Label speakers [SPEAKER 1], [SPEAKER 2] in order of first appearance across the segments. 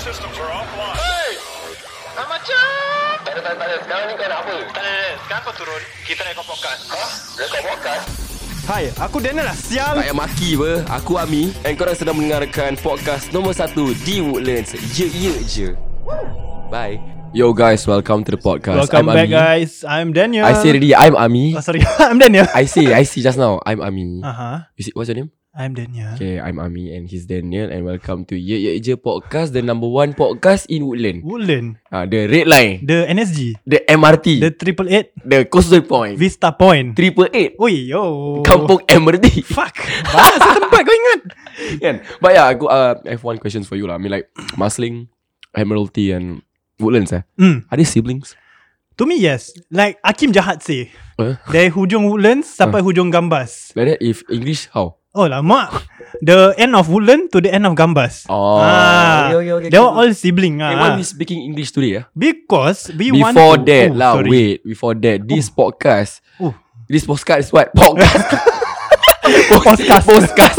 [SPEAKER 1] systems are offline.
[SPEAKER 2] Hey! Ah, macam.
[SPEAKER 3] Tak ada, tak ada, tak ada. Sekarang ni kau nak apa?
[SPEAKER 2] Tak ada, tak ada. Sekarang kau turun. Kita rekod podcast.
[SPEAKER 3] Ha? Rekod podcast?
[SPEAKER 4] Hai, aku Daniel lah sial.
[SPEAKER 5] Tak payah maki apa Aku Ami And korang sedang mendengarkan Podcast nombor 1 Di Woodlands Ye ye je Bye Yo guys Welcome to the podcast
[SPEAKER 4] Welcome
[SPEAKER 5] I'm
[SPEAKER 4] back
[SPEAKER 5] Ami.
[SPEAKER 4] guys. I'm Daniel.
[SPEAKER 5] I say already I'm Ami
[SPEAKER 4] Oh, sorry. I'm Daniel.
[SPEAKER 5] I say I say just now I'm Ami
[SPEAKER 4] Uh-huh.
[SPEAKER 5] You see, What's your name?
[SPEAKER 4] I'm Daniel.
[SPEAKER 5] Okay I'm Ami And he's Daniel And welcome to Ye ye je podcast The number one podcast in Woodland
[SPEAKER 4] Woodland.
[SPEAKER 5] ha, The Red Line
[SPEAKER 4] The NSG.
[SPEAKER 5] The MRT The,
[SPEAKER 4] The triple eight
[SPEAKER 5] the Coastal Point
[SPEAKER 4] Vista Point.
[SPEAKER 5] Triple Eight
[SPEAKER 4] Oi yo.
[SPEAKER 5] Kampung MRT
[SPEAKER 4] Fuck. Bahasa tempat Ah, kau ingat.
[SPEAKER 5] Kan But yeah aku, uh, I have one question for you lah I mean like Marsiling Admiralty and Woodlands eh
[SPEAKER 4] Hmm.
[SPEAKER 5] Are they siblings?
[SPEAKER 4] To me yes. Like Akim jahat sih.
[SPEAKER 5] Eh?
[SPEAKER 4] Dari hujung Woodlands sampai hujung Gambas.
[SPEAKER 5] Like that if English how?
[SPEAKER 4] Oh lama. The end of Woodland to the end of Gambas.
[SPEAKER 5] Oh.
[SPEAKER 4] Ah,
[SPEAKER 5] Okay, okay, okay,
[SPEAKER 4] they were
[SPEAKER 5] okay.
[SPEAKER 4] all sibling.
[SPEAKER 5] Hey,
[SPEAKER 4] Ah,
[SPEAKER 5] why we speaking English today ah?
[SPEAKER 4] because we want
[SPEAKER 5] Before
[SPEAKER 4] to-
[SPEAKER 5] that
[SPEAKER 4] oh,
[SPEAKER 5] lah
[SPEAKER 4] sorry.
[SPEAKER 5] wait Before that This podcast
[SPEAKER 4] Oh.
[SPEAKER 5] This podcast is what? Podcast
[SPEAKER 4] Podcast.
[SPEAKER 5] Podcast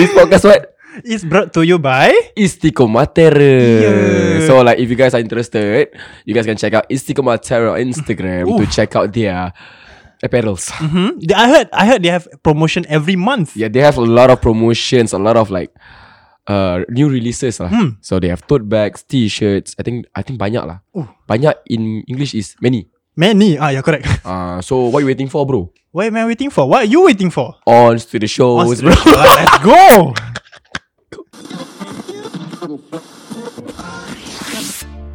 [SPEAKER 5] This podcast what?
[SPEAKER 4] It's brought to you by
[SPEAKER 5] Istiqomatera
[SPEAKER 4] Yeah.
[SPEAKER 5] So like if you guys are interested You guys can check out Istiqomatera on Instagram To check out their Apparels
[SPEAKER 4] Hmm? They- I heard I heard they have promotion every month.
[SPEAKER 5] Yeah, they have a lot of promotions, a lot of like uh new releases lah.
[SPEAKER 4] Hmm.
[SPEAKER 5] So they have tote bags, t-shirts. I think I think banyak lah.
[SPEAKER 4] Oh.
[SPEAKER 5] Banyak in English is many.
[SPEAKER 4] Many. Ah, yeah, correct.
[SPEAKER 5] Uh, so what you waiting for, bro?
[SPEAKER 4] What am I waiting for? What are you waiting for?
[SPEAKER 5] On to the
[SPEAKER 4] On to
[SPEAKER 5] shows,
[SPEAKER 4] the
[SPEAKER 5] bro.
[SPEAKER 4] show. Let's go.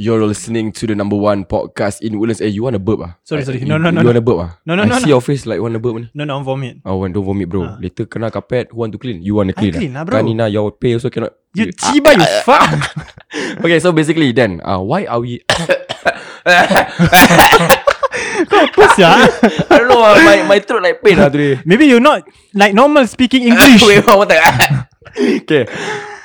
[SPEAKER 5] You're listening to the number one podcast in Woodlands. Eh, you want a burp ah?
[SPEAKER 4] Sorry, sorry.
[SPEAKER 5] You-
[SPEAKER 4] No, no, no,
[SPEAKER 5] You want
[SPEAKER 4] no.
[SPEAKER 5] a burp ah?
[SPEAKER 4] No, no,
[SPEAKER 5] I
[SPEAKER 4] no,
[SPEAKER 5] see
[SPEAKER 4] no.
[SPEAKER 5] your face like want a burp ni.
[SPEAKER 4] No, no, I'm vomit.
[SPEAKER 5] Oh, when don't vomit, bro. Later kena carpet. Who want to clean? You want to clean?
[SPEAKER 4] clean lah,
[SPEAKER 5] ah.
[SPEAKER 4] bro.
[SPEAKER 5] Kanina, your pay also cannot.
[SPEAKER 4] You chiba, you fuck.
[SPEAKER 5] okay, so basically, then, uh, why are we?
[SPEAKER 4] Puss, yeah.
[SPEAKER 5] I don't know. Uh, my my throat like pain lah today.
[SPEAKER 4] Maybe you're not like normal speaking English.
[SPEAKER 5] Wait, one more time. okay,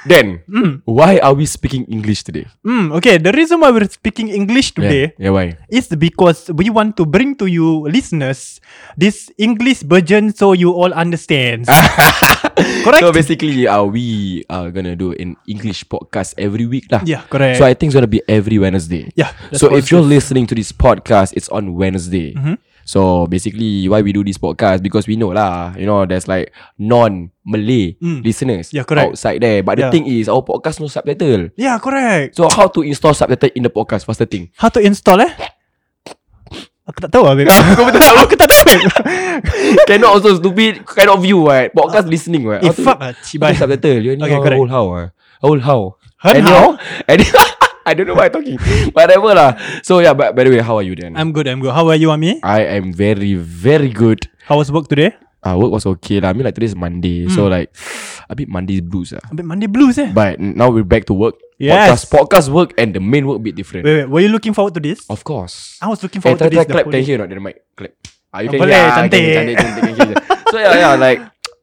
[SPEAKER 5] then, why are we speaking English today?
[SPEAKER 4] Hmm. okay, the reason why we're speaking English today
[SPEAKER 5] Yeah, yeah why?
[SPEAKER 4] is because we want to bring to you listeners this English version so you all understand. correct?
[SPEAKER 5] So basically, uh, we are gonna do an English podcast every week lah.
[SPEAKER 4] Yeah, correct.
[SPEAKER 5] So I think it's gonna be every Wednesday.
[SPEAKER 4] Yeah, that's Mm-hmm.
[SPEAKER 5] So if you're
[SPEAKER 4] positive.
[SPEAKER 5] listening to this podcast, it's on Wednesday. So basically, why we do this podcast because we know lah, you know, there's like non-Malay listeners
[SPEAKER 4] Mm. Yeah, correct.
[SPEAKER 5] outside there. But
[SPEAKER 4] Yeah.
[SPEAKER 5] the thing is, our podcast no subtitle.
[SPEAKER 4] yeah, correct.
[SPEAKER 5] So how to install subtitle in the podcast? What's the thing?
[SPEAKER 4] How to install eh? Aku tak tahu lah babe. Aku betul tahu. Aku tak tahu babe.
[SPEAKER 5] cannot also stupid. Cannot view right. Podcast listening right.
[SPEAKER 4] Eh
[SPEAKER 5] How to-
[SPEAKER 4] fuck lah
[SPEAKER 5] But
[SPEAKER 4] cibai.
[SPEAKER 5] subtitle You know
[SPEAKER 4] Okay,
[SPEAKER 5] okay,
[SPEAKER 4] correct.
[SPEAKER 5] Old how ah. Old how
[SPEAKER 4] Hen
[SPEAKER 5] And
[SPEAKER 4] how?
[SPEAKER 5] And I don't know what I'm talking Whatever lah So yeah but, By the way how are you then
[SPEAKER 4] I'm good, I'm good. How are you, Ami?
[SPEAKER 5] I am very very good
[SPEAKER 4] How was work today?
[SPEAKER 5] uh, Work was okay lah I mean like today's Monday So
[SPEAKER 4] Hmm.
[SPEAKER 5] like A bit Monday's blues lah
[SPEAKER 4] A bit Monday blues eh.
[SPEAKER 5] But now we're back to work
[SPEAKER 4] Yes.
[SPEAKER 5] Podcast podcast work And the main work bit different
[SPEAKER 4] Wait, wait, were you looking forward to this?
[SPEAKER 5] Of course
[SPEAKER 4] I was looking
[SPEAKER 5] Eh
[SPEAKER 4] forward
[SPEAKER 5] try
[SPEAKER 4] to this.
[SPEAKER 5] try clap
[SPEAKER 4] the whole
[SPEAKER 5] Can
[SPEAKER 4] day.
[SPEAKER 5] hear or not Then mic Clap Ah, you
[SPEAKER 4] Ah,
[SPEAKER 5] can
[SPEAKER 4] boleh,
[SPEAKER 5] hear, ah,
[SPEAKER 4] cantik.
[SPEAKER 5] Cantik cantik can hear. So yeah yeah like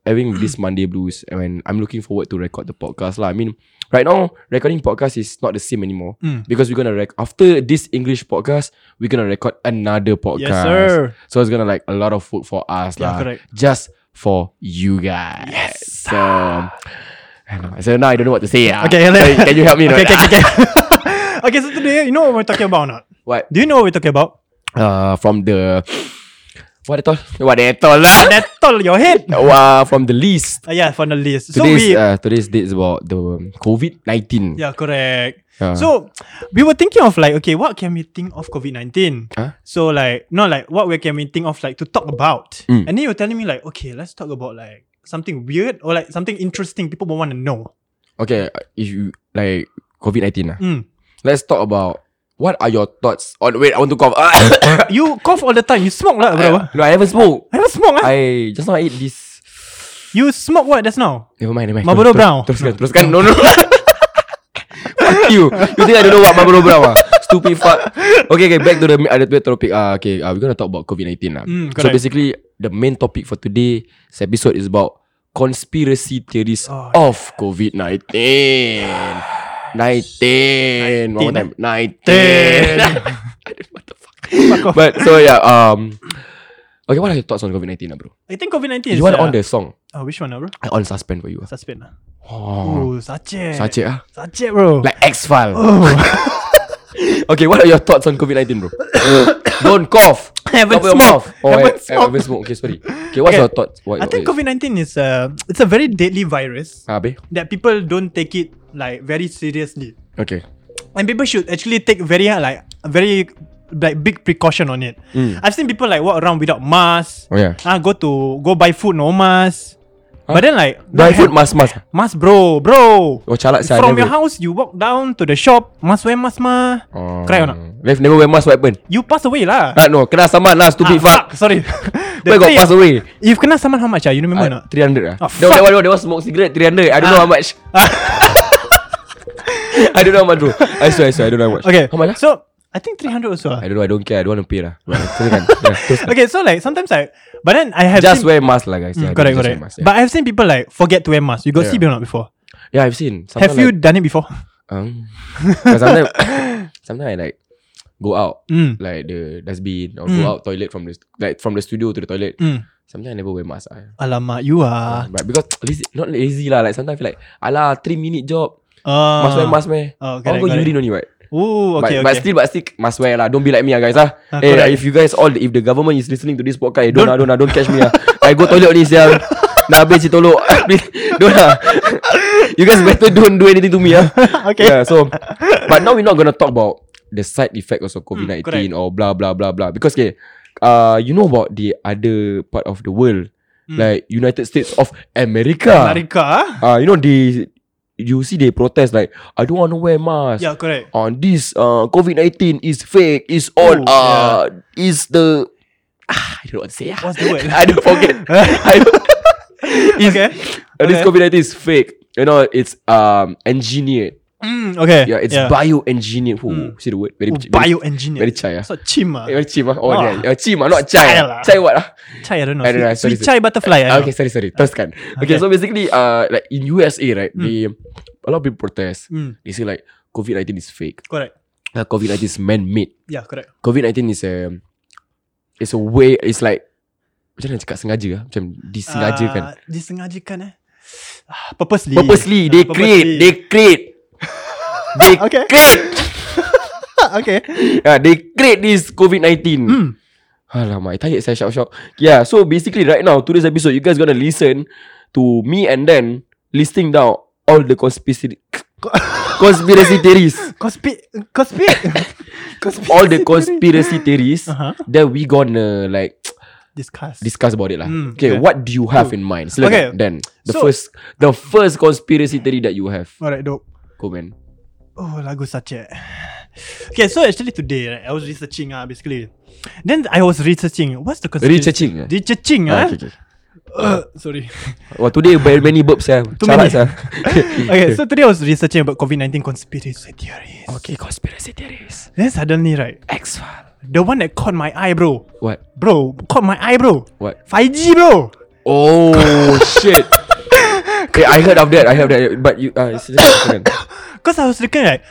[SPEAKER 5] Having this Monday blues And when I'm looking forward to record the podcast lah I mean Right now Recording podcast is not the same anymore
[SPEAKER 4] Mm.
[SPEAKER 5] Because we're gonna rec After this English podcast We're gonna record another podcast
[SPEAKER 4] Yes, sir.
[SPEAKER 5] So it's gonna like A lot of work for us
[SPEAKER 4] Yeah,
[SPEAKER 5] lah
[SPEAKER 4] correct.
[SPEAKER 5] Just for you guys Yes So I don't know. So now I don't know what to say ah.
[SPEAKER 4] Okay,
[SPEAKER 5] so, Can you help me or
[SPEAKER 4] Okay,
[SPEAKER 5] not?
[SPEAKER 4] okay, okay. okay, so today, you know what we're talking about or not?
[SPEAKER 5] What?
[SPEAKER 4] Do you know what we're talking about?
[SPEAKER 5] uh, from the what it all what it all lah
[SPEAKER 4] Nettle your head.
[SPEAKER 5] uh, from the list
[SPEAKER 4] Uh, yeah, from the list. So we,
[SPEAKER 5] today's uh, today's date is about the Uh, COVID-19
[SPEAKER 4] yeah, correct.
[SPEAKER 5] Yeah.
[SPEAKER 4] So we were thinking of like, okay, what can we think of COVID nineteen?
[SPEAKER 5] Huh?
[SPEAKER 4] So like, not like what we can we think of like to talk about,
[SPEAKER 5] Mm.
[SPEAKER 4] and then you're telling me like, okay, let's talk about like something weird or like something interesting people will want to know.
[SPEAKER 5] okay uh, if you like COVID-19 lah.
[SPEAKER 4] Mm.
[SPEAKER 5] let's talk about what are your thoughts on wait I want to cough
[SPEAKER 4] you cough all the time. You smoke lah, bro.
[SPEAKER 5] no I haven't smoked
[SPEAKER 4] I never smoke ah.
[SPEAKER 5] I just now I ate this
[SPEAKER 4] You smoke what just now?
[SPEAKER 5] never mind never mind
[SPEAKER 4] Marlboro
[SPEAKER 5] Terus-
[SPEAKER 4] Brown.
[SPEAKER 5] teruskan teruskan no no Fuck you You think I don't know what Marlboro Brown ah? Stupid fuck Okay okay back to the other uh, topic uh, Okay uh, we're gonna talk about COVID-19 lah
[SPEAKER 4] Mm,
[SPEAKER 5] So
[SPEAKER 4] correct.
[SPEAKER 5] basically The main topic for today This episode is about conspiracy theories
[SPEAKER 4] Oh,
[SPEAKER 5] of COVID-19. 19. One more time. 19. But so yeah, um Okay, what are your thoughts on COVID-19 lah, bro?
[SPEAKER 4] I think COVID-19 is
[SPEAKER 5] You want
[SPEAKER 4] uh,
[SPEAKER 5] on the song?
[SPEAKER 4] uh, Which one lah bro?
[SPEAKER 5] I on suspend for you. ah.
[SPEAKER 4] Suspend lah
[SPEAKER 5] Oh,
[SPEAKER 4] Oh, sachet
[SPEAKER 5] sachet ah.
[SPEAKER 4] Sachet bro
[SPEAKER 5] Like X-File.
[SPEAKER 4] Oh
[SPEAKER 5] Okay, what are your thoughts on COVID-19, bro? Don't cough.
[SPEAKER 4] Haven't
[SPEAKER 5] Cover your
[SPEAKER 4] smoke.
[SPEAKER 5] mouth. Oh,
[SPEAKER 4] Haven't
[SPEAKER 5] haven't, I,
[SPEAKER 4] smoke.
[SPEAKER 5] haven't smoke. Okay, sorry. Okay, what's
[SPEAKER 4] Okay.
[SPEAKER 5] your thoughts? What,
[SPEAKER 4] I
[SPEAKER 5] Ah,
[SPEAKER 4] think COVID-19 is a It's a very deadly virus
[SPEAKER 5] Abe?
[SPEAKER 4] That people don't take it Like very seriously
[SPEAKER 5] Okay.
[SPEAKER 4] and people should actually take very uh, like very like big precaution on it.
[SPEAKER 5] Mm.
[SPEAKER 4] I've seen people like walk around without mask.
[SPEAKER 5] Oh, yeah.
[SPEAKER 4] Ah, go to go buy food no mask. But then like
[SPEAKER 5] Dry
[SPEAKER 4] don't
[SPEAKER 5] food
[SPEAKER 4] have-
[SPEAKER 5] mask mask.
[SPEAKER 4] mask bro bro.
[SPEAKER 5] Oh, calak sia.
[SPEAKER 4] From your
[SPEAKER 5] never.
[SPEAKER 4] house you walk down to the shop must wear mask mah.
[SPEAKER 5] Oh.
[SPEAKER 4] Cry or not?
[SPEAKER 5] Never, never wear mask, what happen?
[SPEAKER 4] You pass away lah.
[SPEAKER 5] Ah, no. Kena saman lah, stupid
[SPEAKER 4] Ah,
[SPEAKER 5] fuck.
[SPEAKER 4] Sorry.
[SPEAKER 5] Where got
[SPEAKER 4] three-
[SPEAKER 5] pass away?
[SPEAKER 4] If kena someone how much ah? You remember
[SPEAKER 5] Ah,
[SPEAKER 4] not?
[SPEAKER 5] 300 ah.
[SPEAKER 4] Ah,
[SPEAKER 5] no,
[SPEAKER 4] fuck. Ah.
[SPEAKER 5] that one, no, that one smoke cigarette 300. I don't know how much. I don't know how much, bro. I swear, I swear, I don't know how much.
[SPEAKER 4] Okay.
[SPEAKER 5] How much?
[SPEAKER 4] So
[SPEAKER 5] So,
[SPEAKER 4] I think 300 also. ah.
[SPEAKER 5] I don't know. I don't care. I don't want to pay lah. Right, silakan. Yeah, teruskan.
[SPEAKER 4] Okay, so like sometimes I but then I have
[SPEAKER 5] Just
[SPEAKER 4] seen, Hmm,
[SPEAKER 5] wear mask lah, guys. Yeah,
[SPEAKER 4] correct
[SPEAKER 5] just
[SPEAKER 4] correct.
[SPEAKER 5] wear mask, yeah.
[SPEAKER 4] But I've seen people like forget to wear mask. You got
[SPEAKER 5] Yeah.
[SPEAKER 4] see people not before?
[SPEAKER 5] yeah, I've seen. Someone
[SPEAKER 4] Have you
[SPEAKER 5] Like,
[SPEAKER 4] done it before?
[SPEAKER 5] um, 'cause sometimes, sometimes I like go out
[SPEAKER 4] Mm.
[SPEAKER 5] like the dustbin or
[SPEAKER 4] Mm.
[SPEAKER 5] go out toilet from the like from the studio to the toilet.
[SPEAKER 4] Mm.
[SPEAKER 5] Sometimes I never wear mask. Ah,
[SPEAKER 4] Alamak, you ah. are.
[SPEAKER 5] But because lazy, not lazy lah. Like sometimes I feel like, alah, three minute job.
[SPEAKER 4] Uh,
[SPEAKER 5] Must wear mask Oh. meh.
[SPEAKER 4] Oh,
[SPEAKER 5] I
[SPEAKER 4] correct,
[SPEAKER 5] want go
[SPEAKER 4] correct.
[SPEAKER 5] urine only, right?
[SPEAKER 4] Ooh, okay,
[SPEAKER 5] but, but
[SPEAKER 4] okay.
[SPEAKER 5] still, but still must wear lah. Don't be like me, ah, guys ah.
[SPEAKER 4] Ah,
[SPEAKER 5] eh,
[SPEAKER 4] correct.
[SPEAKER 5] if you guys all, if the government is listening to this podcast, eh, don't,
[SPEAKER 4] Don't-
[SPEAKER 5] ah, don't ah, don't catch me ah. I go toilet only siang. Dah habis si tolok. Please, don't ah. You guys better don't do anything to me ah.
[SPEAKER 4] Okay.
[SPEAKER 5] Yeah, so, but now we're not gonna talk about the side effect of COVID nineteen
[SPEAKER 4] Hmm, correct.
[SPEAKER 5] or blah blah blah blah because okay, uh, you know about the other part of the world, like United States of America.
[SPEAKER 4] Hmm. America. ah?
[SPEAKER 5] Uh, you know they, you see they protest like I don't want to wear mask
[SPEAKER 4] Yeah, Ya, correct.
[SPEAKER 5] on this uh, COVID nineteen is fake, is all
[SPEAKER 4] Oh,
[SPEAKER 5] uh is the ah, I don't know what to say. ah.
[SPEAKER 4] What's the word?
[SPEAKER 5] I don't forget. I don't, Is-
[SPEAKER 4] Okay.
[SPEAKER 5] uh, This
[SPEAKER 4] Okay.
[SPEAKER 5] COVID nineteen is fake. You know, it's um engineered.
[SPEAKER 4] Mm, okay.
[SPEAKER 5] Yeah, it's
[SPEAKER 4] yeah.
[SPEAKER 5] bioengineered. Oh, see the word very
[SPEAKER 4] Oh,
[SPEAKER 5] very-
[SPEAKER 4] bioengineered.
[SPEAKER 5] very chai, ah.
[SPEAKER 4] So chima.
[SPEAKER 5] eh, Very cheap. ah. Oh,
[SPEAKER 4] Ah.
[SPEAKER 5] yeah. Uh, cheap, ah, not chai.
[SPEAKER 4] Style,
[SPEAKER 5] ah.
[SPEAKER 4] ah.
[SPEAKER 5] Chai what? ah?
[SPEAKER 4] Chai, I don't know.
[SPEAKER 5] I don't know,
[SPEAKER 4] Sweet,
[SPEAKER 5] sorry,
[SPEAKER 4] sweet chai butterfly. I
[SPEAKER 5] Ah,
[SPEAKER 4] know.
[SPEAKER 5] okay, sorry, sorry. Teruskan. Okay,
[SPEAKER 4] Okay. Hmm.
[SPEAKER 5] so basically, uh, like in USA, right, they a lot of people protest.
[SPEAKER 4] Mm,
[SPEAKER 5] They say like COVID nineteen is fake.
[SPEAKER 4] correct.
[SPEAKER 5] Uh, COVID nineteen is man made.
[SPEAKER 4] Yeah, correct.
[SPEAKER 5] COVID 19 is a It's a way It's like Macam mana nak cakap sengaja lah Macam disengajakan
[SPEAKER 4] Ah, disengajakan eh. Ah, Purposely.
[SPEAKER 5] Purposely
[SPEAKER 4] Ah,
[SPEAKER 5] They create They create They
[SPEAKER 4] Okay.
[SPEAKER 5] create
[SPEAKER 4] Ah, okay.
[SPEAKER 5] yeah, They create this COVID-19
[SPEAKER 4] Hmm.
[SPEAKER 5] Alamak I tired saya shout-shout Yeah so basically right now Today's episode You guys gonna listen To me and then Listing down All the conspiracy Conspiracy theories
[SPEAKER 4] Cospi Cospi Cospi
[SPEAKER 5] All the conspiracy theories
[SPEAKER 4] Uh-huh.
[SPEAKER 5] That we gonna like
[SPEAKER 4] Discuss.
[SPEAKER 5] discuss about it lah.
[SPEAKER 4] Mm, okay.
[SPEAKER 5] okay, what do you have in mind?
[SPEAKER 4] Okay.
[SPEAKER 5] Silakan. Then the
[SPEAKER 4] So-
[SPEAKER 5] first the first conspiracy theory that you have.
[SPEAKER 4] Alright, dope.
[SPEAKER 5] Go man.
[SPEAKER 4] Oh, lagu sachet. Okay, so actually today right, I was researching ah basically. Then I was researching what's the conspiracy?
[SPEAKER 5] Researching, eh?
[SPEAKER 4] Researching ah.
[SPEAKER 5] Ah, okay, okay.
[SPEAKER 4] Uh, sorry.
[SPEAKER 5] Wah, today very many burps ya.
[SPEAKER 4] Too many. okay, so today I was researching about COVID-19 conspiracy theories.
[SPEAKER 5] okay, conspiracy theories.
[SPEAKER 4] Then suddenly right,
[SPEAKER 5] X file.
[SPEAKER 4] the one that caught my eye, bro.
[SPEAKER 5] What?
[SPEAKER 4] Bro, caught my eye, bro.
[SPEAKER 5] What?
[SPEAKER 4] 5G, bro.
[SPEAKER 5] Oh shit. Okay, I heard of that. I heard of that. But you, uh, it's just different.
[SPEAKER 4] Cause I was looking like,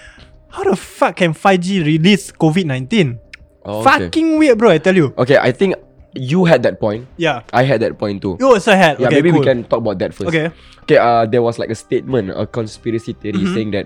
[SPEAKER 4] how the fuck can 5G release COVID-19?
[SPEAKER 5] Oh, okay.
[SPEAKER 4] Fucking weird, bro. I tell you.
[SPEAKER 5] Okay, I think you had that point.
[SPEAKER 4] Yeah.
[SPEAKER 5] I had that point too.
[SPEAKER 4] You also had.
[SPEAKER 5] Yeah,
[SPEAKER 4] okay,
[SPEAKER 5] maybe we
[SPEAKER 4] cool.
[SPEAKER 5] can talk about that first.
[SPEAKER 4] Okay.
[SPEAKER 5] Okay, uh, there was like a statement, a conspiracy theory
[SPEAKER 4] Mm-hmm.
[SPEAKER 5] saying that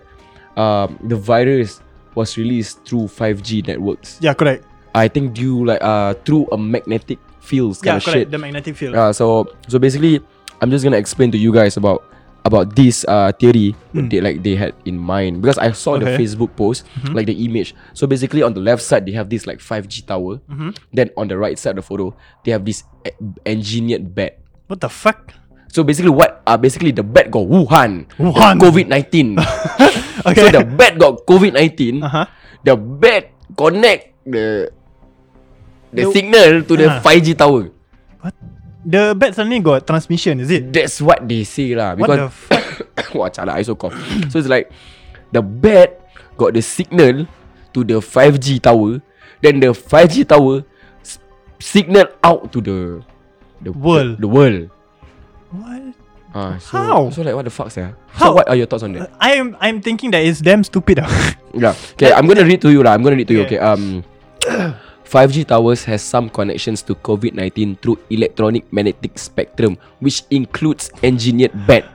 [SPEAKER 5] um, the virus was released through 5G networks.
[SPEAKER 4] Yeah, correct.
[SPEAKER 5] I think due like uh through a magnetic fields
[SPEAKER 4] Yeah,
[SPEAKER 5] kind of
[SPEAKER 4] correct.
[SPEAKER 5] shit.
[SPEAKER 4] The magnetic field.
[SPEAKER 5] Uh, so so basically, I'm just gonna explain to you guys about about this uh theory what they like they had in mind because I saw
[SPEAKER 4] Hmm.
[SPEAKER 5] the
[SPEAKER 4] Okay. Mm-hmm.
[SPEAKER 5] Facebook post like the image. So basically, on the left side they have this like 5G tower.
[SPEAKER 4] Mm-hmm.
[SPEAKER 5] Then on the right side of the photo they have this e- engineered bed.
[SPEAKER 4] What the fuck?
[SPEAKER 5] So basically, what uh, basically the bat got Wuhan,
[SPEAKER 4] Wuhan.
[SPEAKER 5] COVID nineteen. So
[SPEAKER 4] Okay.
[SPEAKER 5] the bat got COVID 19
[SPEAKER 4] Uh-huh.
[SPEAKER 5] The bat connect the the
[SPEAKER 4] The-
[SPEAKER 5] signal to
[SPEAKER 4] Uh-huh.
[SPEAKER 5] the 5G tower.
[SPEAKER 4] The bat suddenly got transmission, is it?
[SPEAKER 5] That's what they say lah.
[SPEAKER 4] What the
[SPEAKER 5] Because wah cala I so cough. so it's like the bat got the signal to the 5G tower, then the 5G tower s- signal out to the the
[SPEAKER 4] World.
[SPEAKER 5] The, the world.
[SPEAKER 4] What?
[SPEAKER 5] Ah, Ah, so,
[SPEAKER 4] How?
[SPEAKER 5] So like what the fuck yeah?
[SPEAKER 4] How? Uh,
[SPEAKER 5] So what are your thoughts on that?
[SPEAKER 4] I am I'm thinking that it's damn stupid. ah.
[SPEAKER 5] Yeah. Okay, I'm gonna read to you lah. I'm gonna read to you.
[SPEAKER 4] Okay.
[SPEAKER 5] Okay. Um, 5G towers has some connections to COVID-19 through electronic magnetic spectrum, which includes engineered bed.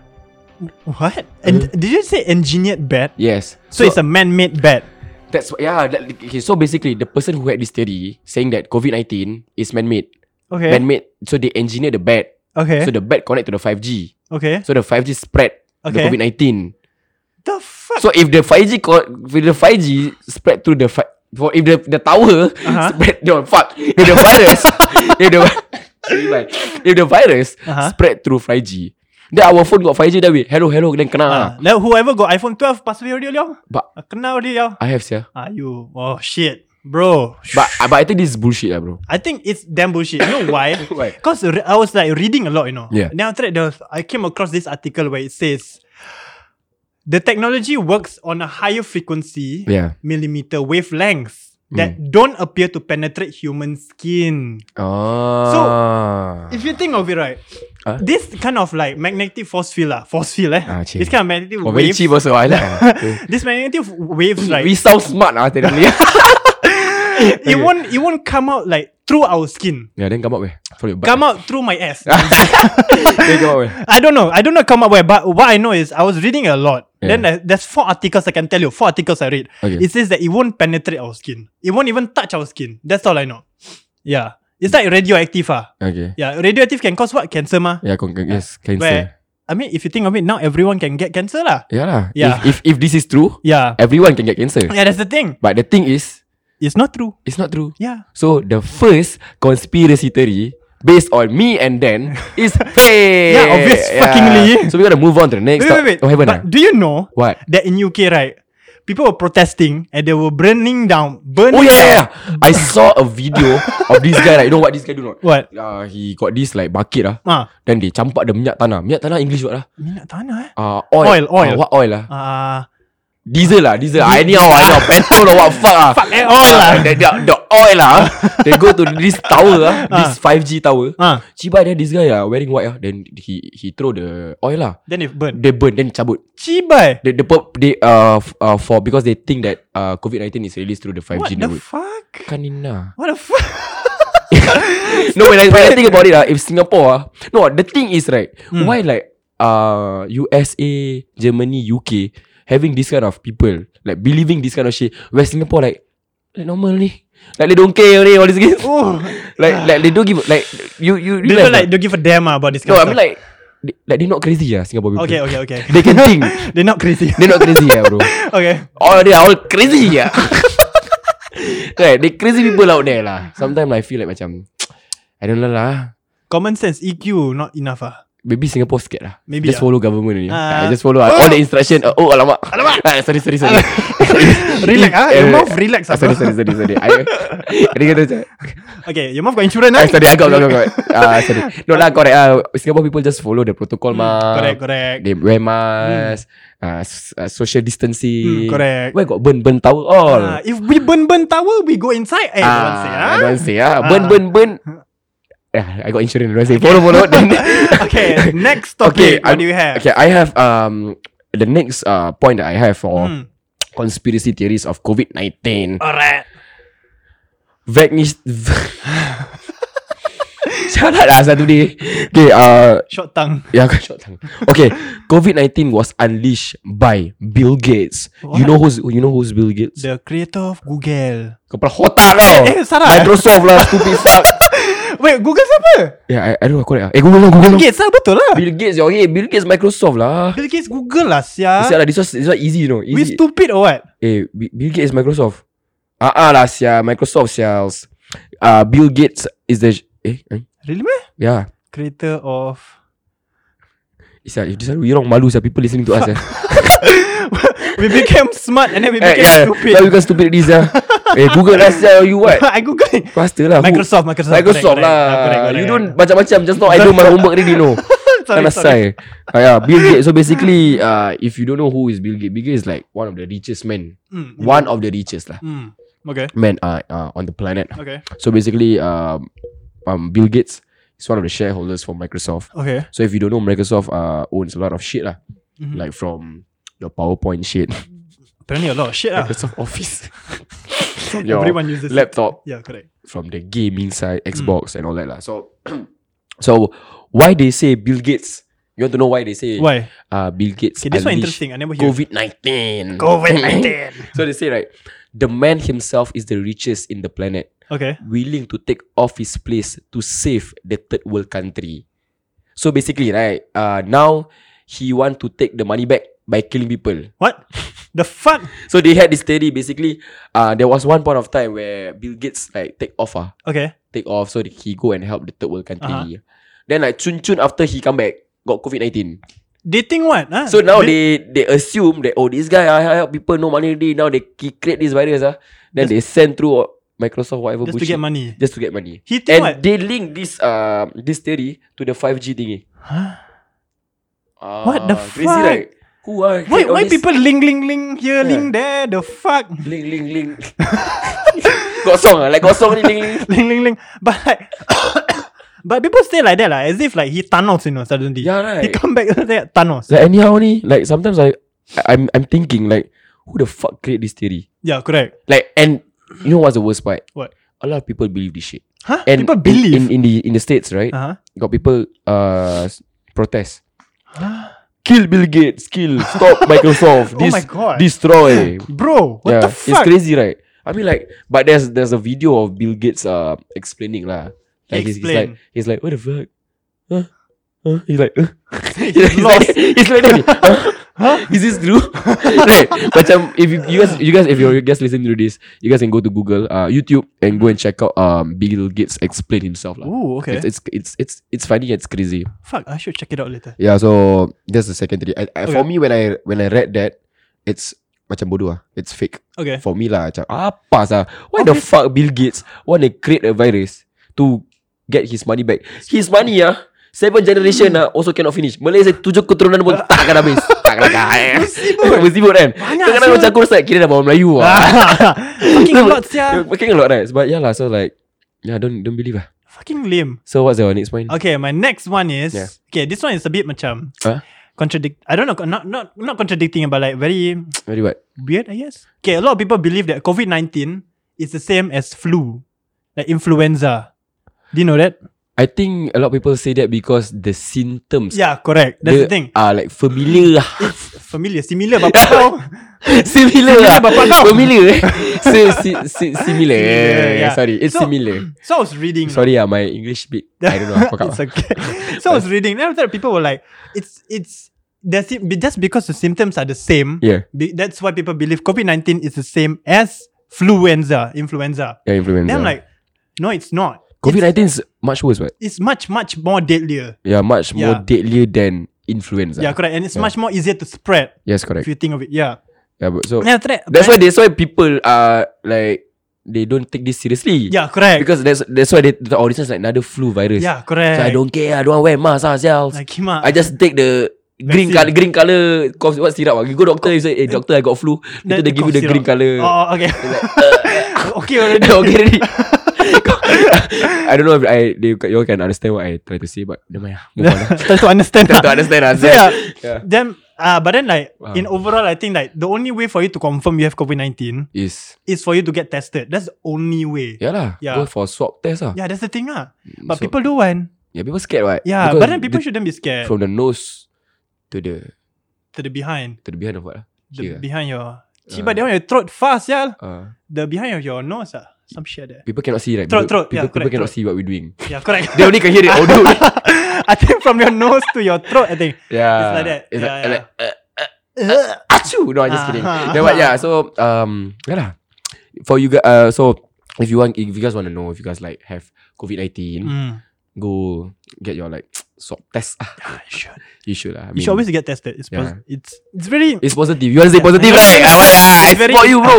[SPEAKER 4] what? And
[SPEAKER 5] Uh.
[SPEAKER 4] did you say engineered bed?
[SPEAKER 5] Yes.
[SPEAKER 4] So, it's a man-made bed.
[SPEAKER 5] that's wh- yeah. That, okay, so basically, the person who had this theory saying that COVID-19 is man-made,
[SPEAKER 4] Okay.
[SPEAKER 5] man-made. So they engineer the bed.
[SPEAKER 4] okay.
[SPEAKER 5] So the bed connect to the 5G.
[SPEAKER 4] okay.
[SPEAKER 5] So the 5G spread the
[SPEAKER 4] Okay.
[SPEAKER 5] COVID-19.
[SPEAKER 4] The fuck?
[SPEAKER 5] So if the 5G co- if the 5G spread through the fi- for if the the tower
[SPEAKER 4] Uh-huh.
[SPEAKER 5] spread no fuck if the virus if the Sorry, bye. if the virus
[SPEAKER 4] Uh-huh.
[SPEAKER 5] spread through 5G then our phone got 5G then we hello hello then kena
[SPEAKER 4] Ah, now whoever got iPhone 12 pass away already liao.
[SPEAKER 5] but
[SPEAKER 4] Ah, Kena already liao.
[SPEAKER 5] I have yeah
[SPEAKER 4] Ah you. Oh shit. Bro.
[SPEAKER 5] but but I think this is bullshit lah bro
[SPEAKER 4] I think it's damn bullshit. You know why?
[SPEAKER 5] Why?
[SPEAKER 4] Because I was like reading a lot, you know.
[SPEAKER 5] Yeah.
[SPEAKER 4] Then after that, there was, I came across this article where it says the technology works on a higher frequency
[SPEAKER 5] yeah Mm.
[SPEAKER 4] millimeter wavelengths that don't appear to penetrate human skin.
[SPEAKER 5] oh
[SPEAKER 4] If you think of it right,
[SPEAKER 5] Huh?
[SPEAKER 4] this kind of like magnetic force field, lah, force field, eh?
[SPEAKER 5] Ah, cik.
[SPEAKER 4] this kind of magnetic
[SPEAKER 5] oh, very
[SPEAKER 4] waves.
[SPEAKER 5] cheap also I like
[SPEAKER 4] This magnetic waves, like
[SPEAKER 5] we sound smart ah tadi
[SPEAKER 4] it won't, it won't come out like through our skin.
[SPEAKER 5] yeah then come up where sorry but
[SPEAKER 4] Come out through my ass.
[SPEAKER 5] then come up where
[SPEAKER 4] I don't know. I don't know come up where, but what I know is I was reading a lot.
[SPEAKER 5] Yeah.
[SPEAKER 4] Then there- there's four articles I can tell you. Four articles I read.
[SPEAKER 5] Okay.
[SPEAKER 4] It says that it won't penetrate our skin. It won't even touch our skin. That's all I know. Yeah. It's like radioactive. Ah.
[SPEAKER 5] okay
[SPEAKER 4] Yeah. Radioactive can cause what? Cancer ma?
[SPEAKER 5] yeah con- con- yes cancer
[SPEAKER 4] Where I mean if you think of it, now everyone can get cancer lah.
[SPEAKER 5] yeah lah
[SPEAKER 4] Yeah.
[SPEAKER 5] if, if if this is true
[SPEAKER 4] Yeah.
[SPEAKER 5] everyone can get cancer.
[SPEAKER 4] Yeah, that's the thing.
[SPEAKER 5] But the thing is,
[SPEAKER 4] It's not true.
[SPEAKER 5] it's not true.
[SPEAKER 4] Yeah.
[SPEAKER 5] So the first conspiracy theory based on me and Dan is fake.
[SPEAKER 4] Yeah, obvious fuckingly.
[SPEAKER 5] So we gotta move on to the next.
[SPEAKER 4] Wait, wait, wait.
[SPEAKER 5] top- Oh, haven't
[SPEAKER 4] but
[SPEAKER 5] ah?
[SPEAKER 4] do you know
[SPEAKER 5] What?
[SPEAKER 4] that in UK, right? People were protesting and they were burning down, burning
[SPEAKER 5] Oh yeah, yeah, yeah.
[SPEAKER 4] down.
[SPEAKER 5] I saw a video of this guy. Like, you know what this guy do not?
[SPEAKER 4] What?
[SPEAKER 5] Uh, he got this like bucket ah.
[SPEAKER 4] Ah,
[SPEAKER 5] Then they campak the minyak tanah. Minyak tanah English what lah?
[SPEAKER 4] minyak tanah eh.
[SPEAKER 5] Uh,
[SPEAKER 4] Oil,
[SPEAKER 5] oil.
[SPEAKER 4] oil.
[SPEAKER 5] Ah, what oil lah?
[SPEAKER 4] Ah,
[SPEAKER 5] Diesel lah, diesel. I anyhow, anyhow. Petrol lah, what fuck lah.
[SPEAKER 4] Fuck eh, oil lah.
[SPEAKER 5] The, the, the oil lah. they go to this tower lah, this 5G tower.
[SPEAKER 4] Ah.
[SPEAKER 5] Ciba dia, this guy ah, wearing white ah. Then he he throw the oil lah.
[SPEAKER 4] then it burned.
[SPEAKER 5] They burn, then cabut.
[SPEAKER 4] Cibai.
[SPEAKER 5] They, they, put- they uh, f- uh, for because they think that uh, COVID-19 is released through the 5G
[SPEAKER 4] What the
[SPEAKER 5] network. Kan
[SPEAKER 4] fuck?
[SPEAKER 5] Kanina.
[SPEAKER 4] What the fuck?
[SPEAKER 5] No, when I, when I think about it ah, if Singapore ah, no, the thing is right,
[SPEAKER 4] Hmm.
[SPEAKER 5] why like uh, USA, Germany, UK having this kind of people like believing this kind of shit, where Singapore like like normal ni, like they don't care ni all this game,
[SPEAKER 4] Oh,
[SPEAKER 5] like like they don't give like you you
[SPEAKER 4] they don't
[SPEAKER 5] realise
[SPEAKER 4] like don't give a damn ah about this. kind
[SPEAKER 5] no, I
[SPEAKER 4] of stuff.
[SPEAKER 5] mean like they, like they not crazy ah Singapore people.
[SPEAKER 4] okay, okay, okay.
[SPEAKER 5] They can think.
[SPEAKER 4] They're not crazy.
[SPEAKER 5] They not crazy ah bro.
[SPEAKER 4] okay.
[SPEAKER 5] All they are all crazy ah. right, they crazy people out there lah. Sometimes I feel like macam I don't know lah.
[SPEAKER 4] Common sense EQ not enough ah.
[SPEAKER 5] Maybe Singapore scared lah
[SPEAKER 4] Maybe
[SPEAKER 5] Just
[SPEAKER 4] lah.
[SPEAKER 5] follow government ni
[SPEAKER 4] Ah.
[SPEAKER 5] uh, Just follow uh, all the instruction uh, Oh alamak Alamak uh, Sorry sorry sorry
[SPEAKER 4] Relax ah. Your
[SPEAKER 5] Eh,
[SPEAKER 4] mouth relax ah.
[SPEAKER 5] ah, Sorry
[SPEAKER 4] bro.
[SPEAKER 5] sorry sorry sorry I Dia kata macam
[SPEAKER 4] Okay, your mouth got insurance
[SPEAKER 5] ah,
[SPEAKER 4] ah.
[SPEAKER 5] Sorry I got got got, got Ah, Sorry No lah correct ah. Singapore people just follow the protocol mah
[SPEAKER 4] Hmm, Correct, correct.
[SPEAKER 5] They wear mask uh, s- uh, Social distancing
[SPEAKER 4] Hmm, correct.
[SPEAKER 5] Where got burn burn tower all
[SPEAKER 4] Ah, if we burn burn tower, we go inside. Eh,
[SPEAKER 5] Ah,
[SPEAKER 4] don't say ah.
[SPEAKER 5] I don't say
[SPEAKER 4] Ah.
[SPEAKER 5] ah. Burn burn burn Ah, I got insurance don't say Follow follow then
[SPEAKER 4] ah. Okay, next topic. what
[SPEAKER 5] I'm-
[SPEAKER 4] do you have?
[SPEAKER 5] Okay, I have um the next uh point that I have for
[SPEAKER 4] Hmm.
[SPEAKER 5] conspiracy theories of COVID nineteen.
[SPEAKER 4] Alright.
[SPEAKER 5] Vacnis. Shut up lah satu ni. Okay, uh,
[SPEAKER 4] Short tongue.
[SPEAKER 5] yeah, aku short tongue. Okay, COVID nineteen was unleashed by Bill Gates.
[SPEAKER 4] What?
[SPEAKER 5] You know who's you know who's Bill Gates?
[SPEAKER 4] The creator of Google.
[SPEAKER 5] Kepala otak lah.
[SPEAKER 4] Eh, eh, salah eh?
[SPEAKER 5] Microsoft lah, stupid fuck.
[SPEAKER 4] Wait, Google siapa?
[SPEAKER 5] Yeah, I, I don't know correct. lah. Eh, Google lah, Google
[SPEAKER 4] Bill
[SPEAKER 5] lah.
[SPEAKER 4] Gates lah betul lah.
[SPEAKER 5] Bill Gates, your head. Bill Gates Microsoft lah.
[SPEAKER 4] Bill Gates Google lah, sia.
[SPEAKER 5] Sial lah, this was this was easy, you know.
[SPEAKER 4] We
[SPEAKER 5] Easy.
[SPEAKER 4] stupid or what?
[SPEAKER 5] Eh, Bi- Bill Gates is Microsoft. Ah ah lah sia, Microsoft sials. Ah uh, Bill Gates is the eh, eh
[SPEAKER 4] Really meh?
[SPEAKER 5] yeah.
[SPEAKER 4] Creator of
[SPEAKER 5] Eh, Sia, if this one we wrong malu sia people listening to us eh.
[SPEAKER 4] We became smart and then we
[SPEAKER 5] eh
[SPEAKER 4] became
[SPEAKER 5] yeah,
[SPEAKER 4] stupid
[SPEAKER 5] now you can stupid this sia. eh Google lah sia, you what?
[SPEAKER 4] I google it.
[SPEAKER 5] Faster lah. who-
[SPEAKER 4] Microsoft Microsoft
[SPEAKER 5] Microsoft
[SPEAKER 4] correct, correct. Ah,
[SPEAKER 5] lah.
[SPEAKER 4] correct, correct,
[SPEAKER 5] you
[SPEAKER 4] correct.
[SPEAKER 5] don't macam-macam just now I do my homework already no.
[SPEAKER 4] Sorry, sorry.
[SPEAKER 5] Kan asai. Ah, yeah, Bill Gates. So basically, uh, if you don't know who is Bill Gates, Bill Gates is like one of the richest men.
[SPEAKER 4] Mm, mm,
[SPEAKER 5] One of the richest lah.
[SPEAKER 4] mm. Okay
[SPEAKER 5] Men uh, uh, on the planet.
[SPEAKER 4] Okay
[SPEAKER 5] So basically, um, um, Bill Gates He's one of the shareholders for Microsoft.
[SPEAKER 4] Okay.
[SPEAKER 5] So if you don't know, Microsoft uh, owns a lot of shit lah.
[SPEAKER 4] Mhm.
[SPEAKER 5] Like from your PowerPoint shit,
[SPEAKER 4] Apparently a lot of shit lah.
[SPEAKER 5] Microsoft Office, from your
[SPEAKER 4] Everyone uses it. Mm.
[SPEAKER 5] laptop,
[SPEAKER 4] Yeah, correct.
[SPEAKER 5] from the gaming side, Xbox and all that lah. So, so why they say Bill Gates? You want to know why they say
[SPEAKER 4] Why?
[SPEAKER 5] Uh, Bill Gates
[SPEAKER 4] Okay, this one
[SPEAKER 5] unleashed
[SPEAKER 4] interesting. I never hear.
[SPEAKER 5] COVID nineteen.
[SPEAKER 4] COVID-19.
[SPEAKER 5] so they say right, the man himself is the richest in the planet,
[SPEAKER 4] okay.
[SPEAKER 5] willing to take off his place to save the third world country. So basically, right, uh, now he want to take the money back by killing people.
[SPEAKER 4] What? The fuck?
[SPEAKER 5] So they had this theory. Basically, uh, there was one point of time where Bill Gates like take off, ah,
[SPEAKER 4] Okay.
[SPEAKER 5] take off. So he go and help the third world country.
[SPEAKER 4] Uh-huh.
[SPEAKER 5] Then like chun chun after he come back got COVID nineteen.
[SPEAKER 4] They think what? Huh?
[SPEAKER 5] So now they they assume that oh this guy ah, help people no money already. Now they he create this virus ah. Then they send through Microsoft whatever
[SPEAKER 4] Just to
[SPEAKER 5] bullshit
[SPEAKER 4] get money.
[SPEAKER 5] just to get money.
[SPEAKER 4] He think
[SPEAKER 5] And
[SPEAKER 4] what?
[SPEAKER 5] they link this uh this theory to the 5G thingy.
[SPEAKER 4] Huh?
[SPEAKER 5] Ah,
[SPEAKER 4] What the
[SPEAKER 5] crazy,
[SPEAKER 4] fuck?
[SPEAKER 5] Right? Who
[SPEAKER 4] Why,
[SPEAKER 5] are create all
[SPEAKER 4] why
[SPEAKER 5] this-
[SPEAKER 4] people link, link, link here,
[SPEAKER 5] Yeah.
[SPEAKER 4] link there? The fuck?
[SPEAKER 5] link link link? got song ah like got song ni link link.
[SPEAKER 4] link, link, link. But like, but people say like that lah, as if like he Thanos, you know, suddenly.
[SPEAKER 5] Yeah
[SPEAKER 4] He
[SPEAKER 5] right.
[SPEAKER 4] come back and say Thanos.
[SPEAKER 5] Like anyhow ni like sometimes I I'm I'm thinking like who the fuck create this theory?
[SPEAKER 4] Yeah, correct.
[SPEAKER 5] Like and you know what's the worst part?
[SPEAKER 4] What?
[SPEAKER 5] A lot of people believe this shit.
[SPEAKER 4] Huh?
[SPEAKER 5] And
[SPEAKER 4] people
[SPEAKER 5] in-
[SPEAKER 4] believe.
[SPEAKER 5] in, in the in the states, right?
[SPEAKER 4] uh-huh.
[SPEAKER 5] got people uh s- protest. Kill Bill Gates, kill, stop Microsoft,
[SPEAKER 4] Oh
[SPEAKER 5] dis-
[SPEAKER 4] my God.
[SPEAKER 5] destroy.
[SPEAKER 4] Bro, what
[SPEAKER 5] yeah,
[SPEAKER 4] the fuck?
[SPEAKER 5] it's crazy, right? I mean, like, but there's there's a video of Bill Gates uh explaining lah. Like he's, he's like
[SPEAKER 4] Explain.
[SPEAKER 5] he's like what the fuck? Huh? Huh? He's like, uh. he's, like
[SPEAKER 4] lost.
[SPEAKER 5] he's like that. Huh? Is this true? right. Macam if you, you guys you guys if you're you guys listening to this, you guys can go to Google, uh, YouTube and go and check out um Bill Gates explain himself lah.
[SPEAKER 4] Ooh, okay.
[SPEAKER 5] It's, it's it's it's it's funny. It's crazy.
[SPEAKER 4] fuck, I should check it out later.
[SPEAKER 5] Yeah. So that's the second theory. I, I, For
[SPEAKER 4] Okay.
[SPEAKER 5] me, when I when I read that, it's macam bodoh ah. It's fake.
[SPEAKER 4] Okay.
[SPEAKER 5] For me lah. Macam apa sah? Why the fuck Bill Gates want to create a virus to get his money back? His money ah. Seven generation ah also cannot finish. Malaysia tujuh keturunan pun tak akan habis. lah, tak akan habis.
[SPEAKER 4] Musibah.
[SPEAKER 5] Musibah kan?
[SPEAKER 4] Banyak
[SPEAKER 5] Kadang-kadang
[SPEAKER 4] sial.
[SPEAKER 5] macam aku rasa kira dah bawa Melayu ah.
[SPEAKER 4] Fucking lot, sia.
[SPEAKER 5] Making a lot right? But yeah lah. So like, yeah, don't don't believe ah.
[SPEAKER 4] Fucking lame.
[SPEAKER 5] So what's your next point?
[SPEAKER 4] Okay, my next one is
[SPEAKER 5] Yeah.
[SPEAKER 4] okay. This one is a bit macam
[SPEAKER 5] Huh?
[SPEAKER 4] contradict. I don't know, not not not contradicting, but like very
[SPEAKER 5] Very what?
[SPEAKER 4] weird. I guess. Okay, a lot of people believe that COVID nineteen is the same as flu, like influenza. Do you know that?
[SPEAKER 5] I think a lot of people say that because the symptoms
[SPEAKER 4] Yeah, correct. That's the, thing.
[SPEAKER 5] are like familiar lah.
[SPEAKER 4] It's familiar, similar, but kau.
[SPEAKER 5] similar lah.
[SPEAKER 4] bapak kau.
[SPEAKER 5] Familiar eh. si, si, si, similar. eh.
[SPEAKER 4] Similar, yeah.
[SPEAKER 5] Sorry, it's
[SPEAKER 4] So- hmm.
[SPEAKER 5] similar.
[SPEAKER 4] So I was reading.
[SPEAKER 5] Sorry ah, my English bit. I don't know. I forgot.
[SPEAKER 4] it's okay. So I was reading. Then after that, people were like, "It's it's that's it. be- Just because the symptoms are the same,
[SPEAKER 5] Yeah,
[SPEAKER 4] be, that's why people believe COVID nineteen is the same as influenza. Influenza.
[SPEAKER 5] yeah, influenza.
[SPEAKER 4] Then I'm like, no, it's not.
[SPEAKER 5] COVID-19 is much worse, right?
[SPEAKER 4] It's much much more deadlier.
[SPEAKER 5] Yeah, much more
[SPEAKER 4] Yeah.
[SPEAKER 5] deadlier than influenza.
[SPEAKER 4] Yeah, correct. And it's
[SPEAKER 5] Yeah.
[SPEAKER 4] much more easier to spread if
[SPEAKER 5] Yes, correct.
[SPEAKER 4] you think of it. Yeah.
[SPEAKER 5] Yeah, but so
[SPEAKER 4] And after that,
[SPEAKER 5] Oh, that's why that's why people are like they don't take this seriously.
[SPEAKER 4] Yeah, correct.
[SPEAKER 5] Because that's that's why they, the audience is like another flu virus.
[SPEAKER 4] yeah, correct.
[SPEAKER 5] So I don't care. I don't want to wear mask myself.
[SPEAKER 4] like him. ah.
[SPEAKER 5] I just take the green
[SPEAKER 4] Vaccine.
[SPEAKER 5] color, green color cough what syrup. ah. You go doctor, you say, "Hey doctor, I got flu." Later
[SPEAKER 4] Then
[SPEAKER 5] they give
[SPEAKER 4] cough
[SPEAKER 5] you the
[SPEAKER 4] syrup.
[SPEAKER 5] green color.
[SPEAKER 4] Oh, okay. okay already.
[SPEAKER 5] okay, ready. I don't know if I they, you all can understand what I try to say, but never mind. ah. Move on. ah.
[SPEAKER 4] Try to understand.
[SPEAKER 5] Try to
[SPEAKER 4] ah.
[SPEAKER 5] understand us.
[SPEAKER 4] So yeah.
[SPEAKER 5] Yeah.
[SPEAKER 4] Then uh, but then like
[SPEAKER 5] Wow.
[SPEAKER 4] in overall I think like the only way for you to confirm you have COVID nineteen
[SPEAKER 5] Is
[SPEAKER 4] is for you to get tested. That's the only way.
[SPEAKER 5] yeah lah.
[SPEAKER 4] Yeah.
[SPEAKER 5] Go for swab test ah.
[SPEAKER 4] Yeah, that's the thing, ah. But
[SPEAKER 5] So-
[SPEAKER 4] people do want.
[SPEAKER 5] yeah people scared right?
[SPEAKER 4] Yeah,
[SPEAKER 5] Because
[SPEAKER 4] but then people
[SPEAKER 5] the-
[SPEAKER 4] shouldn't be scared.
[SPEAKER 5] from the nose to the
[SPEAKER 4] to the behind.
[SPEAKER 5] to the behind of what? ah?
[SPEAKER 4] The
[SPEAKER 5] Here.
[SPEAKER 4] behind your
[SPEAKER 5] Uh.
[SPEAKER 4] Ciba, they want your throat fast, yeah.
[SPEAKER 5] Uh,
[SPEAKER 4] The behind of your nose, ah. Some shit there.
[SPEAKER 5] people cannot see right.
[SPEAKER 4] Throat,
[SPEAKER 5] people,
[SPEAKER 4] throat.
[SPEAKER 5] People,
[SPEAKER 4] Yeah,
[SPEAKER 5] people
[SPEAKER 4] correct,
[SPEAKER 5] cannot
[SPEAKER 4] throat.
[SPEAKER 5] see what we're doing.
[SPEAKER 4] Yeah, correct.
[SPEAKER 5] they only can hear Oh, the audio. only.
[SPEAKER 4] I think from your nose to your throat, I think.
[SPEAKER 5] yeah.
[SPEAKER 4] It's like that.
[SPEAKER 5] It's
[SPEAKER 4] Yeah,
[SPEAKER 5] like,
[SPEAKER 4] yeah.
[SPEAKER 5] like uh, Achoo! No, I'm just kidding.
[SPEAKER 4] Ah.
[SPEAKER 5] Then what? Yeah. So um, yeah lah. For you guys, uh, so if you want, if you guys want to know, if you guys like have COVID nineteen,
[SPEAKER 4] Mm.
[SPEAKER 5] go get your like swab test.
[SPEAKER 4] Yeah, ah, you should.
[SPEAKER 5] you should lah. I
[SPEAKER 4] You
[SPEAKER 5] mean,
[SPEAKER 4] should always get tested. It's pos- it's it's very
[SPEAKER 5] It's positive. You want to say positive, right? Ah, why, ah, I
[SPEAKER 4] very-
[SPEAKER 5] support you, bro.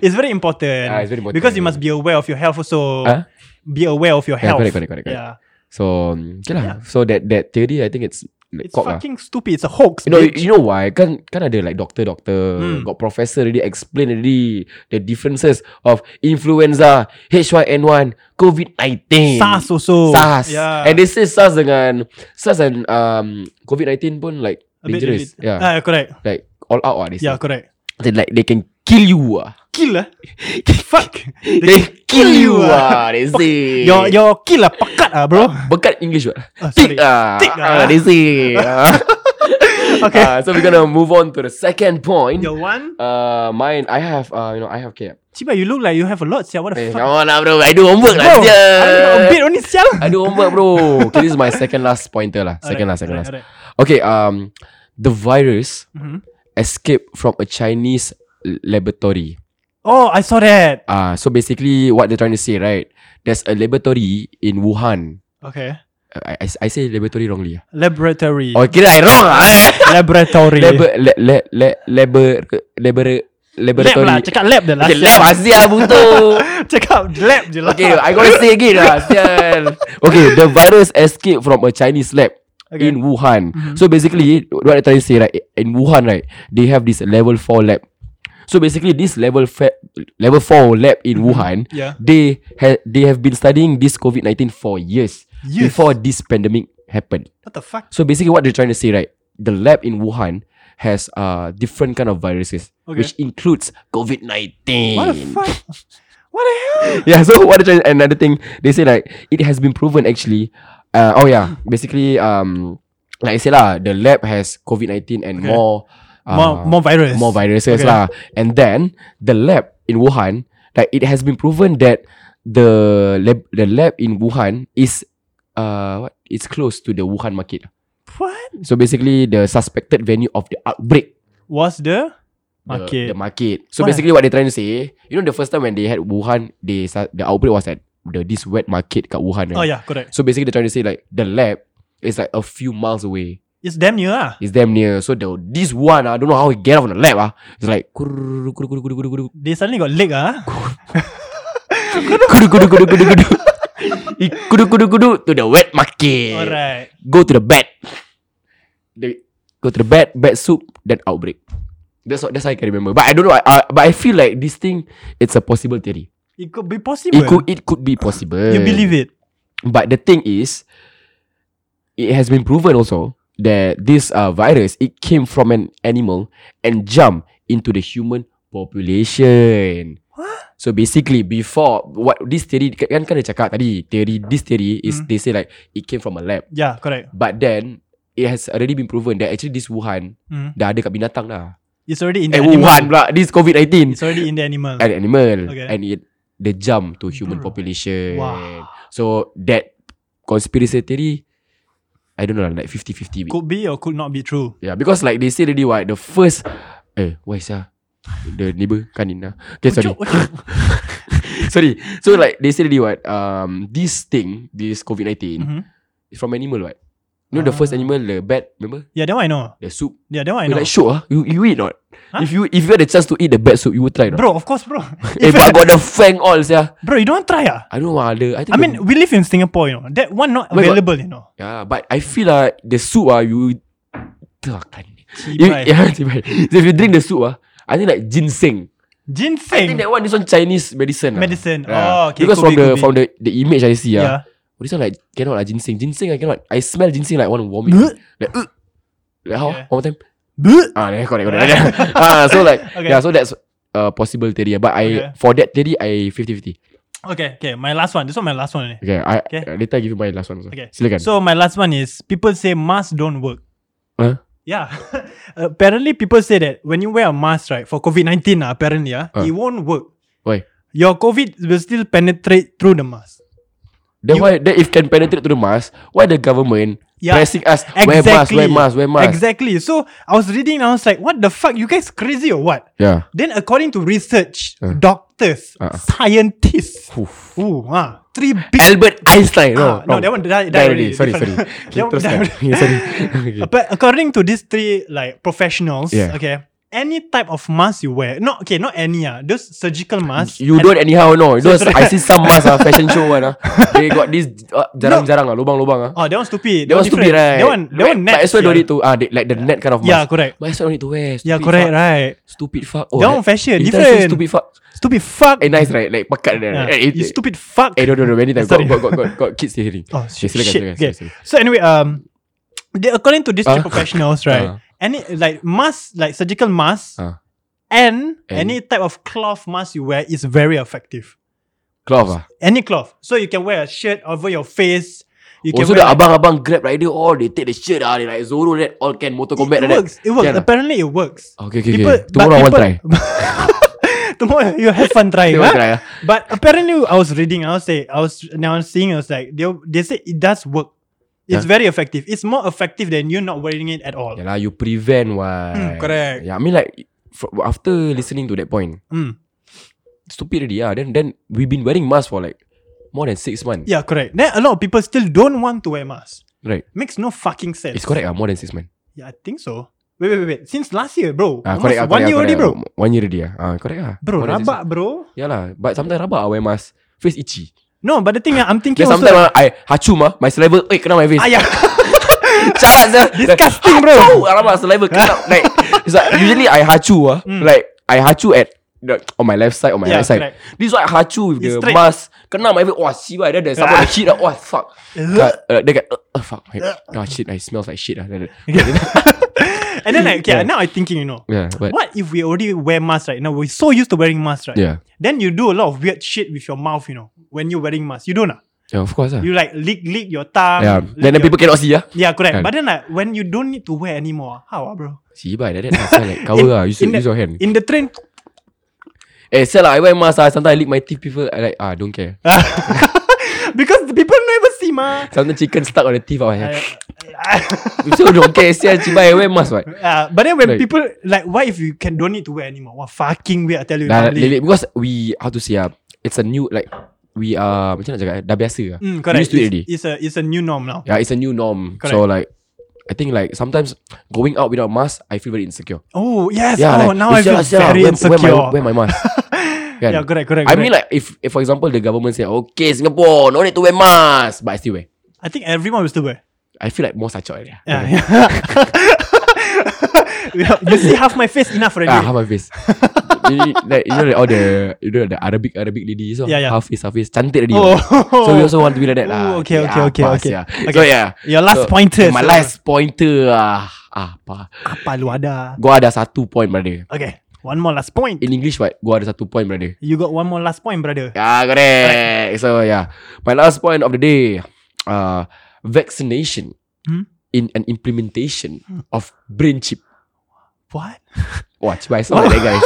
[SPEAKER 4] it's very important.
[SPEAKER 5] Ah, it's very important.
[SPEAKER 4] Because you must be aware of your health also.
[SPEAKER 5] Huh?
[SPEAKER 4] Be aware of your
[SPEAKER 5] Yeah,
[SPEAKER 4] health.
[SPEAKER 5] correct, correct, correct, correct.
[SPEAKER 4] Yeah.
[SPEAKER 5] So um, okay lah. So that that theory, I think it's like,
[SPEAKER 4] It's
[SPEAKER 5] cock lah.
[SPEAKER 4] fucking stupid. It's a hoax.
[SPEAKER 5] You know,
[SPEAKER 4] bitch.
[SPEAKER 5] you know why? Kan kan ada like doctor doctor,
[SPEAKER 4] Hmm.
[SPEAKER 5] got professor already explain already the differences of influenza, H1N1, COVID-19.
[SPEAKER 4] SARS also.
[SPEAKER 5] SARS.
[SPEAKER 4] Yeah.
[SPEAKER 5] And they say SARS dengan SARS and um COVID-19 pun like
[SPEAKER 4] A bit
[SPEAKER 5] dangerous.
[SPEAKER 4] a bit-
[SPEAKER 5] Yeah.
[SPEAKER 4] Ah, correct.
[SPEAKER 5] like all out ah they say.
[SPEAKER 4] Yeah, correct.
[SPEAKER 5] They like they can kill you ah.
[SPEAKER 4] Kill lah. Fuck.
[SPEAKER 5] They kill you ah they say.
[SPEAKER 4] Your your kill lah pakat ah bro.
[SPEAKER 5] Bekat English what?
[SPEAKER 4] Ah,
[SPEAKER 5] Tick
[SPEAKER 4] sorry.
[SPEAKER 5] ah.
[SPEAKER 4] Tick ah.
[SPEAKER 5] ah. They say. ah.
[SPEAKER 4] Okay.
[SPEAKER 5] Ah, so we're gonna move on to the second point.
[SPEAKER 4] Your one.
[SPEAKER 5] Uh, mine, I have, uh, you know, I have cap.
[SPEAKER 4] Ciba, you look like you have a lot. Sia, what the
[SPEAKER 5] Hey,
[SPEAKER 4] fuck?
[SPEAKER 5] come on lah bro, I do homework
[SPEAKER 4] Bro,
[SPEAKER 5] lah sia.
[SPEAKER 4] I got a bit only sial.
[SPEAKER 5] I do homework bro. okay, this is my second last pointer lah. Second last, second last. Okay, um, the virus
[SPEAKER 4] Mhm.
[SPEAKER 5] escaped from a Chinese l- laboratory.
[SPEAKER 4] Oh, I saw that.
[SPEAKER 5] Ah, so basically what they're trying to say, right? There's a laboratory in Wuhan. Uh,
[SPEAKER 4] Okay.
[SPEAKER 5] I, I, I say laboratory wrongly. ah.
[SPEAKER 4] Laboratory.
[SPEAKER 5] Oh, kira I wrong ah. eh.
[SPEAKER 4] Laboratory.
[SPEAKER 5] Labor, le, le, le, labor, labor,
[SPEAKER 4] lab
[SPEAKER 5] laboratory.
[SPEAKER 4] lah. Cakap lab dah lah.
[SPEAKER 5] Okay,
[SPEAKER 4] sial.
[SPEAKER 5] lab ah, sia, butuh.
[SPEAKER 4] Cakap lab je lah.
[SPEAKER 5] Okay, I gotta say again lah, sial. Okay, the virus escaped from a Chinese lab
[SPEAKER 4] Okay.
[SPEAKER 5] in Wuhan. So basically, what I trying to say right, in Wuhan right, they have this level four lab. So basically, this level fa- level four lab in Wuhan,
[SPEAKER 4] Yeah.
[SPEAKER 5] they ha- they have been studying this COVID nineteen for years
[SPEAKER 4] Years.
[SPEAKER 5] before this pandemic happened.
[SPEAKER 4] What the fuck?
[SPEAKER 5] So basically, what they're trying to say right, the lab in Wuhan has uh different kind of viruses,
[SPEAKER 4] Okay.
[SPEAKER 5] which includes COVID nineteen.
[SPEAKER 4] What the fuck? What the hell?
[SPEAKER 5] yeah, so what the, another thing they say like it has been proven actually. Uh, oh yeah, basically um like I said lah, the lab has COVID nineteen and
[SPEAKER 4] Okay.
[SPEAKER 5] more uh,
[SPEAKER 4] more more virus.
[SPEAKER 5] more viruses
[SPEAKER 4] Okay.
[SPEAKER 5] lah. And then the lab in Wuhan, like it has been proven that the lab the lab in Wuhan is uh what it's close to the Wuhan market.
[SPEAKER 4] What
[SPEAKER 5] So basically the suspected venue of the outbreak
[SPEAKER 4] was the
[SPEAKER 5] the-
[SPEAKER 4] market?
[SPEAKER 5] the market. So
[SPEAKER 4] Why?
[SPEAKER 5] basically, what they're trying to say, you know, the first time when they had Wuhan, they sa- the outbreak was at the this wet market kat Wuhan.
[SPEAKER 4] oh
[SPEAKER 5] Right?
[SPEAKER 4] yeah, correct.
[SPEAKER 5] So basically, they're trying to say like the lab is like a few miles away.
[SPEAKER 4] It's damn near ah.
[SPEAKER 5] It's damn near. So the this one, I don't know how he get out from the lab. Ah, it's like kuru kuru kuru kuru kuru kuru
[SPEAKER 4] They suddenly got leg ah.
[SPEAKER 5] kuru kuru kuru kuru kuru. He kudu kudu kudu to the wet market.
[SPEAKER 4] Alright.
[SPEAKER 5] Go to the bed. The, go to the bed, bed soup, then outbreak. That's what that's how I can remember. But I don't know. I, I, but I feel like this thing, it's a possible theory.
[SPEAKER 4] It could be possible.
[SPEAKER 5] It could it could be possible.
[SPEAKER 4] you believe it?
[SPEAKER 5] But the thing is, it has been proven also that this uh, virus it came from an animal and jumped into the human population.
[SPEAKER 4] What?
[SPEAKER 5] So basically, before what this theory kan kan dia cakap tadi theory this theory is
[SPEAKER 4] Hmm.
[SPEAKER 5] they say like it came from a lab,
[SPEAKER 4] Yeah, correct.
[SPEAKER 5] but then it has already been proven that actually this Wuhan
[SPEAKER 4] Mm.
[SPEAKER 5] dah ada kat binatang dah.
[SPEAKER 4] It's already in the
[SPEAKER 5] Eh
[SPEAKER 4] animal.
[SPEAKER 5] Wuhan pula this COVID nineteen
[SPEAKER 4] It's already in the animal.
[SPEAKER 5] an animal
[SPEAKER 4] Okay. Hmm.
[SPEAKER 5] and it the jump to human
[SPEAKER 4] Bro.
[SPEAKER 5] population.
[SPEAKER 4] Wow.
[SPEAKER 5] So that conspiracy theory, I don't know, lah, like 50-50. bit.
[SPEAKER 4] Could be or could not be true.
[SPEAKER 5] Yeah, because like they say already what the first eh why sah the neighbor kanina. Okay, sorry. sorry. So like they say already what um this thing, this COVID-19
[SPEAKER 4] Mhm.
[SPEAKER 5] is from animal what? You know the first
[SPEAKER 4] Ah.
[SPEAKER 5] animal the bat, remember?
[SPEAKER 4] Yeah, that one I know.
[SPEAKER 5] The soup.
[SPEAKER 4] Yeah, that one I
[SPEAKER 5] You
[SPEAKER 4] know.
[SPEAKER 5] like sure, ah? you you eat not?
[SPEAKER 4] Huh?
[SPEAKER 5] If you if you had the chance to eat the bat soup, you would try not?
[SPEAKER 4] bro, of course, bro.
[SPEAKER 5] Eh, but I got the fang all, yeah.
[SPEAKER 4] bro, you don't want try ah.
[SPEAKER 5] I don't know ah, the, I
[SPEAKER 4] I
[SPEAKER 5] think the-
[SPEAKER 4] mean, we live in Singapore, you know. That one not
[SPEAKER 5] Wait, what?
[SPEAKER 4] available, you know.
[SPEAKER 5] Yeah, Ya, but I feel like the soup ah you kan. You,
[SPEAKER 4] Cibai.
[SPEAKER 5] yeah, cibai. so if you drink the soup ah, I think like ginseng. I think
[SPEAKER 4] Ginseng
[SPEAKER 5] that one this one Chinese medicine. ah.
[SPEAKER 4] medicine.
[SPEAKER 5] Yeah.
[SPEAKER 4] Oh, okay.
[SPEAKER 5] Because
[SPEAKER 4] could be,
[SPEAKER 5] from the
[SPEAKER 4] could be.
[SPEAKER 5] from the the image I see
[SPEAKER 4] yeah.
[SPEAKER 5] ah, oh, this one like cannot like ginseng. Ginseng I cannot. I smell ginseng like one vomit.
[SPEAKER 4] Bleh.
[SPEAKER 5] like, uh, like how?
[SPEAKER 4] Yeah.
[SPEAKER 5] One more time.
[SPEAKER 4] Bleh.
[SPEAKER 5] Ah, yeah, correct, correct. ah, so like
[SPEAKER 4] Okay.
[SPEAKER 5] yeah, so that's uh, possible theory. ah. But I
[SPEAKER 4] Okay.
[SPEAKER 5] for that theory I 50-50
[SPEAKER 4] Okay, okay. My last one. This one my last one. eh.
[SPEAKER 5] Okay, I
[SPEAKER 4] Okay.
[SPEAKER 5] uh, later I give you my last one. also.
[SPEAKER 4] Okay.
[SPEAKER 5] silakan.
[SPEAKER 4] So my last one is people say masks don't work.
[SPEAKER 5] Huh?
[SPEAKER 4] Yeah. apparently people say that when you wear a mask, right, for COVID nineteen, uh, apparently, uh,
[SPEAKER 5] Uh.
[SPEAKER 4] it won't work.
[SPEAKER 5] Why?
[SPEAKER 4] Your COVID will still penetrate through the mask.
[SPEAKER 5] Then
[SPEAKER 4] You-
[SPEAKER 5] why then if can penetrate to the mask, why the government
[SPEAKER 4] Yeah,
[SPEAKER 5] pressing us wear mask,
[SPEAKER 4] Exactly.
[SPEAKER 5] wear mask, wear mask?
[SPEAKER 4] Exactly. So I was reading and I was like, what the fuck? You guys crazy or what?
[SPEAKER 5] Yeah.
[SPEAKER 4] Then according to research,
[SPEAKER 5] Uh.
[SPEAKER 4] doctors,
[SPEAKER 5] Uh.
[SPEAKER 4] scientists,
[SPEAKER 5] Oof.
[SPEAKER 4] ooh, ah, three big
[SPEAKER 5] Albert Einstein.
[SPEAKER 4] Ah,
[SPEAKER 5] No,
[SPEAKER 4] no,
[SPEAKER 5] wrong.
[SPEAKER 4] that one died- died already,
[SPEAKER 5] Sorry, sorry.
[SPEAKER 4] different.
[SPEAKER 5] Okay,
[SPEAKER 4] That one
[SPEAKER 5] teruskan.
[SPEAKER 4] died already.
[SPEAKER 5] yeah, sorry. Okay.
[SPEAKER 4] But according to these three like professionals,
[SPEAKER 5] Yeah.
[SPEAKER 4] okay, any type of mask you wear, not okay, not any ah, those surgical masks.
[SPEAKER 5] You
[SPEAKER 4] and-
[SPEAKER 5] don't anyhow no Those I see some mask ah Fashion show one ah They got this uh, Jarang-jarang ah Lubang-lubang ah
[SPEAKER 4] Oh, that one's stupid.
[SPEAKER 5] That was
[SPEAKER 4] different.
[SPEAKER 5] stupid right
[SPEAKER 4] That one, that
[SPEAKER 5] But-
[SPEAKER 4] one net.
[SPEAKER 5] But as well
[SPEAKER 4] sia.
[SPEAKER 5] don't need to ah, they, Like the net kind of mask
[SPEAKER 4] Yeah, correct.
[SPEAKER 5] But as well don't need to wear
[SPEAKER 4] Yeah,
[SPEAKER 5] stupid
[SPEAKER 4] correct,
[SPEAKER 5] fuck.
[SPEAKER 4] right?
[SPEAKER 5] Stupid fuck oh,
[SPEAKER 4] That one
[SPEAKER 5] like,
[SPEAKER 4] fashion,
[SPEAKER 5] you tell
[SPEAKER 4] different.
[SPEAKER 5] say Stupid fuck
[SPEAKER 4] Stupid fuck.
[SPEAKER 5] Eh nice right Like pakat dia
[SPEAKER 4] Yeah,
[SPEAKER 5] Eh, it-
[SPEAKER 4] you stupid fuck.
[SPEAKER 5] Eh no no no Many times
[SPEAKER 4] Sorry.
[SPEAKER 5] Got, got, got, got, got kids here hearing
[SPEAKER 4] Oh shit.
[SPEAKER 5] silakan,
[SPEAKER 4] shit.
[SPEAKER 5] silakan,
[SPEAKER 4] okay.
[SPEAKER 5] silakan.
[SPEAKER 4] So anyway, um, the, according to these
[SPEAKER 5] Ah.
[SPEAKER 4] three professionals, right?
[SPEAKER 5] Ah.
[SPEAKER 4] Any like mask, like surgical mask,
[SPEAKER 5] Ah.
[SPEAKER 4] and,
[SPEAKER 5] And?
[SPEAKER 4] any type of cloth mask you wear is very effective.
[SPEAKER 5] Cloth ah
[SPEAKER 4] Any cloth, so you can wear a shirt over your face. You
[SPEAKER 5] Also
[SPEAKER 4] wear
[SPEAKER 5] Oh, the
[SPEAKER 4] like-
[SPEAKER 5] abang-abang Grab rider All they take the shirt ah They like Zoro that All can motor combat
[SPEAKER 4] It
[SPEAKER 5] like
[SPEAKER 4] works. It works.
[SPEAKER 5] Can ah?
[SPEAKER 4] Apparently, it works.
[SPEAKER 5] Okay okay
[SPEAKER 4] People-
[SPEAKER 5] okay
[SPEAKER 4] but
[SPEAKER 5] Tomorrow I want
[SPEAKER 4] people-
[SPEAKER 5] try
[SPEAKER 4] Tomorrow you have fun trying.
[SPEAKER 5] Tomorrow
[SPEAKER 4] huh?
[SPEAKER 5] try ah.
[SPEAKER 4] But apparently, I was reading. I was say, I was now seeing. I was like, they they say it does work. It's very effective. It's more effective than you not wearing it at all.
[SPEAKER 5] Yalah you prevent what
[SPEAKER 4] Hmm, correct.
[SPEAKER 5] Yeah I mean like fro- After listening to that point
[SPEAKER 4] Mm.
[SPEAKER 5] Stupid already ah. Then then We've been wearing mask for like More than 6 months
[SPEAKER 4] Yeah, correct. Then a lot of people still don't want to wear masks.
[SPEAKER 5] Right
[SPEAKER 4] Makes no fucking sense.
[SPEAKER 5] It's correct ah More than 6 months
[SPEAKER 4] Yeah, I think so. Wait, wait, wait, wait. Since last year, bro.
[SPEAKER 5] ah,
[SPEAKER 4] Almost
[SPEAKER 5] correct ah,
[SPEAKER 4] one
[SPEAKER 5] correct
[SPEAKER 4] year
[SPEAKER 5] ah,
[SPEAKER 4] already, bro.
[SPEAKER 5] correct ah. One year already ah. ah correct ah
[SPEAKER 4] Bro,
[SPEAKER 5] More than six
[SPEAKER 4] rabak, bro.
[SPEAKER 5] Yeah lah, but sometimes rabak I wear mask. Face itchy.
[SPEAKER 4] No, but the thing I'm thinking
[SPEAKER 5] Then
[SPEAKER 4] also. ah,
[SPEAKER 5] sometimes I hachum ah, my saliva, eh kena my face.
[SPEAKER 4] Ayah.
[SPEAKER 5] Jahat sah.
[SPEAKER 4] Disgusting, bro.
[SPEAKER 5] Hachoo! Alamak, saliva kena. like, it's like, usually I hachu ah. Like, I hachu at the, on my left side, on my
[SPEAKER 4] Hmm. Yeah,
[SPEAKER 5] right side.
[SPEAKER 4] correct.
[SPEAKER 5] This one I hachu with
[SPEAKER 4] It's
[SPEAKER 5] the
[SPEAKER 4] straight.
[SPEAKER 5] mask. Kena my face. Wah, see why then there's someone that shit ah. Wah, fuck. Kat, uh, dia kat, uh, uh, fuck. My, oh, shit, I smells like shit ah. Then-
[SPEAKER 4] and then like, okay,
[SPEAKER 5] Yeah.
[SPEAKER 4] now I'm thinking, you know.
[SPEAKER 5] Yeah, but.
[SPEAKER 4] What if we already wear masks right now? We're so used to wearing masks, right?
[SPEAKER 5] Yeah.
[SPEAKER 4] Then you do a lot of weird shit with your mouth, you know, when you're wearing masks. You don't know.
[SPEAKER 5] Yeah, of course ah.
[SPEAKER 4] You like lick lick your tongue.
[SPEAKER 5] Yeah.
[SPEAKER 4] lick
[SPEAKER 5] Then the
[SPEAKER 4] your-
[SPEAKER 5] people cannot see ah.
[SPEAKER 4] Yeah, correct.
[SPEAKER 5] Yeah.
[SPEAKER 4] But then like when you don't need to wear anymore, how ah, bro?
[SPEAKER 5] See, by that, that's like cover ah. Use,
[SPEAKER 4] in the-
[SPEAKER 5] use your hand.
[SPEAKER 4] In the train,
[SPEAKER 5] Eh, sell lah. I wear mask lah. Sometimes I lick my teeth. People, I like, ah, don't care.
[SPEAKER 4] because the people never see ma.
[SPEAKER 5] Sometimes chicken stuck on the teeth. I'm like,
[SPEAKER 4] Uh,
[SPEAKER 5] so don't care. Sia, cibai, I wear mask, what?
[SPEAKER 4] but then when
[SPEAKER 5] Like-
[SPEAKER 4] people like, why if you can don't need to wear anymore? What fucking weird! I tell you.
[SPEAKER 5] Dah,
[SPEAKER 4] really.
[SPEAKER 5] lele, because we, how to say ah, it's a new, like, we are, macam nak cakap, eh, dah biasa lah.
[SPEAKER 4] Mm,
[SPEAKER 5] We
[SPEAKER 4] correct.
[SPEAKER 5] used to it
[SPEAKER 4] It's,
[SPEAKER 5] already.
[SPEAKER 4] it's a it's a new norm now.
[SPEAKER 5] Yeah, it's a new norm.
[SPEAKER 4] Correct.
[SPEAKER 5] So, like, I think like sometimes going out without mask, I feel very insecure.
[SPEAKER 4] Oh yes.
[SPEAKER 5] Yeah,
[SPEAKER 4] oh
[SPEAKER 5] like,
[SPEAKER 4] now I
[SPEAKER 5] eh, sia
[SPEAKER 4] feel
[SPEAKER 5] lah, sia lah,
[SPEAKER 4] very
[SPEAKER 5] wear,
[SPEAKER 4] insecure.
[SPEAKER 5] Wear my, wear my mask. Kan?
[SPEAKER 4] yeah, correct, correct.
[SPEAKER 5] I
[SPEAKER 4] correct.
[SPEAKER 5] mean like if, if for example the government say okay Singapore no need to wear mask but I still wear
[SPEAKER 4] I think everyone will still wear.
[SPEAKER 5] I feel like more sachet already.
[SPEAKER 4] Yeah. yeah. you see half my face enough already.
[SPEAKER 5] Ah, half my face. you, you- like you know like all the you know the Arabic Arabic ladies so
[SPEAKER 4] Yeah, yeah.
[SPEAKER 5] half face half face cantik already.
[SPEAKER 4] Oh.
[SPEAKER 5] So we also want to be like that lah.
[SPEAKER 4] Oh, okay, okay,
[SPEAKER 5] Ah,
[SPEAKER 4] okay,
[SPEAKER 5] pas,
[SPEAKER 4] okay.
[SPEAKER 5] yeah.
[SPEAKER 4] Okay.
[SPEAKER 5] So yeah.
[SPEAKER 4] Your last
[SPEAKER 5] so,
[SPEAKER 4] pointer.
[SPEAKER 5] My
[SPEAKER 4] so-
[SPEAKER 5] last pointer ah apa?
[SPEAKER 4] Apa lu ada?
[SPEAKER 5] Gua ada satu point brother.
[SPEAKER 4] Okay. One more last point.
[SPEAKER 5] In English what? Gua ada satu point brother.
[SPEAKER 4] You got one more last point, brother.
[SPEAKER 5] Yeah, correct. So yeah, my last point of the day, uh, vaccination
[SPEAKER 4] Hmm?
[SPEAKER 5] in an implementation of brain chip.
[SPEAKER 4] What?
[SPEAKER 5] Watch, but I sound like that guy.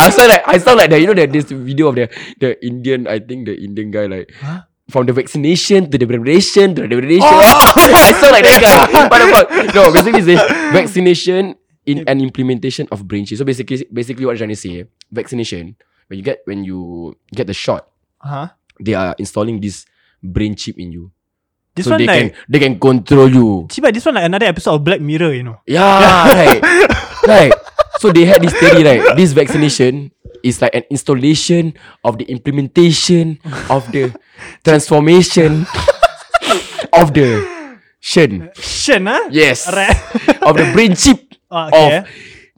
[SPEAKER 5] I sound like I sound like that. You know that this video of the the Indian, I think the Indian guy like
[SPEAKER 4] Huh?
[SPEAKER 5] from the vaccination to the preparation to the preparation.
[SPEAKER 4] Oh!
[SPEAKER 5] I sound like that guy. What the fuck? No, basically it's a vaccination in an implementation of brain chip. So basically, basically what I'm trying to say, vaccination when you get when you get the shot,
[SPEAKER 4] Huh?
[SPEAKER 5] they are installing this brain chip in you.
[SPEAKER 4] This
[SPEAKER 5] so
[SPEAKER 4] one
[SPEAKER 5] they
[SPEAKER 4] like
[SPEAKER 5] can they can control you.
[SPEAKER 4] Chiba, this one like another episode of Black Mirror, you know.
[SPEAKER 5] Yeah, right. right. So they had this theory, right? This vaccination is like an installation of the implementation of the transformation of the shen.
[SPEAKER 4] Shen, huh?
[SPEAKER 5] Yes.
[SPEAKER 4] Right.
[SPEAKER 5] of the brain chip
[SPEAKER 4] Ah, okay.
[SPEAKER 5] of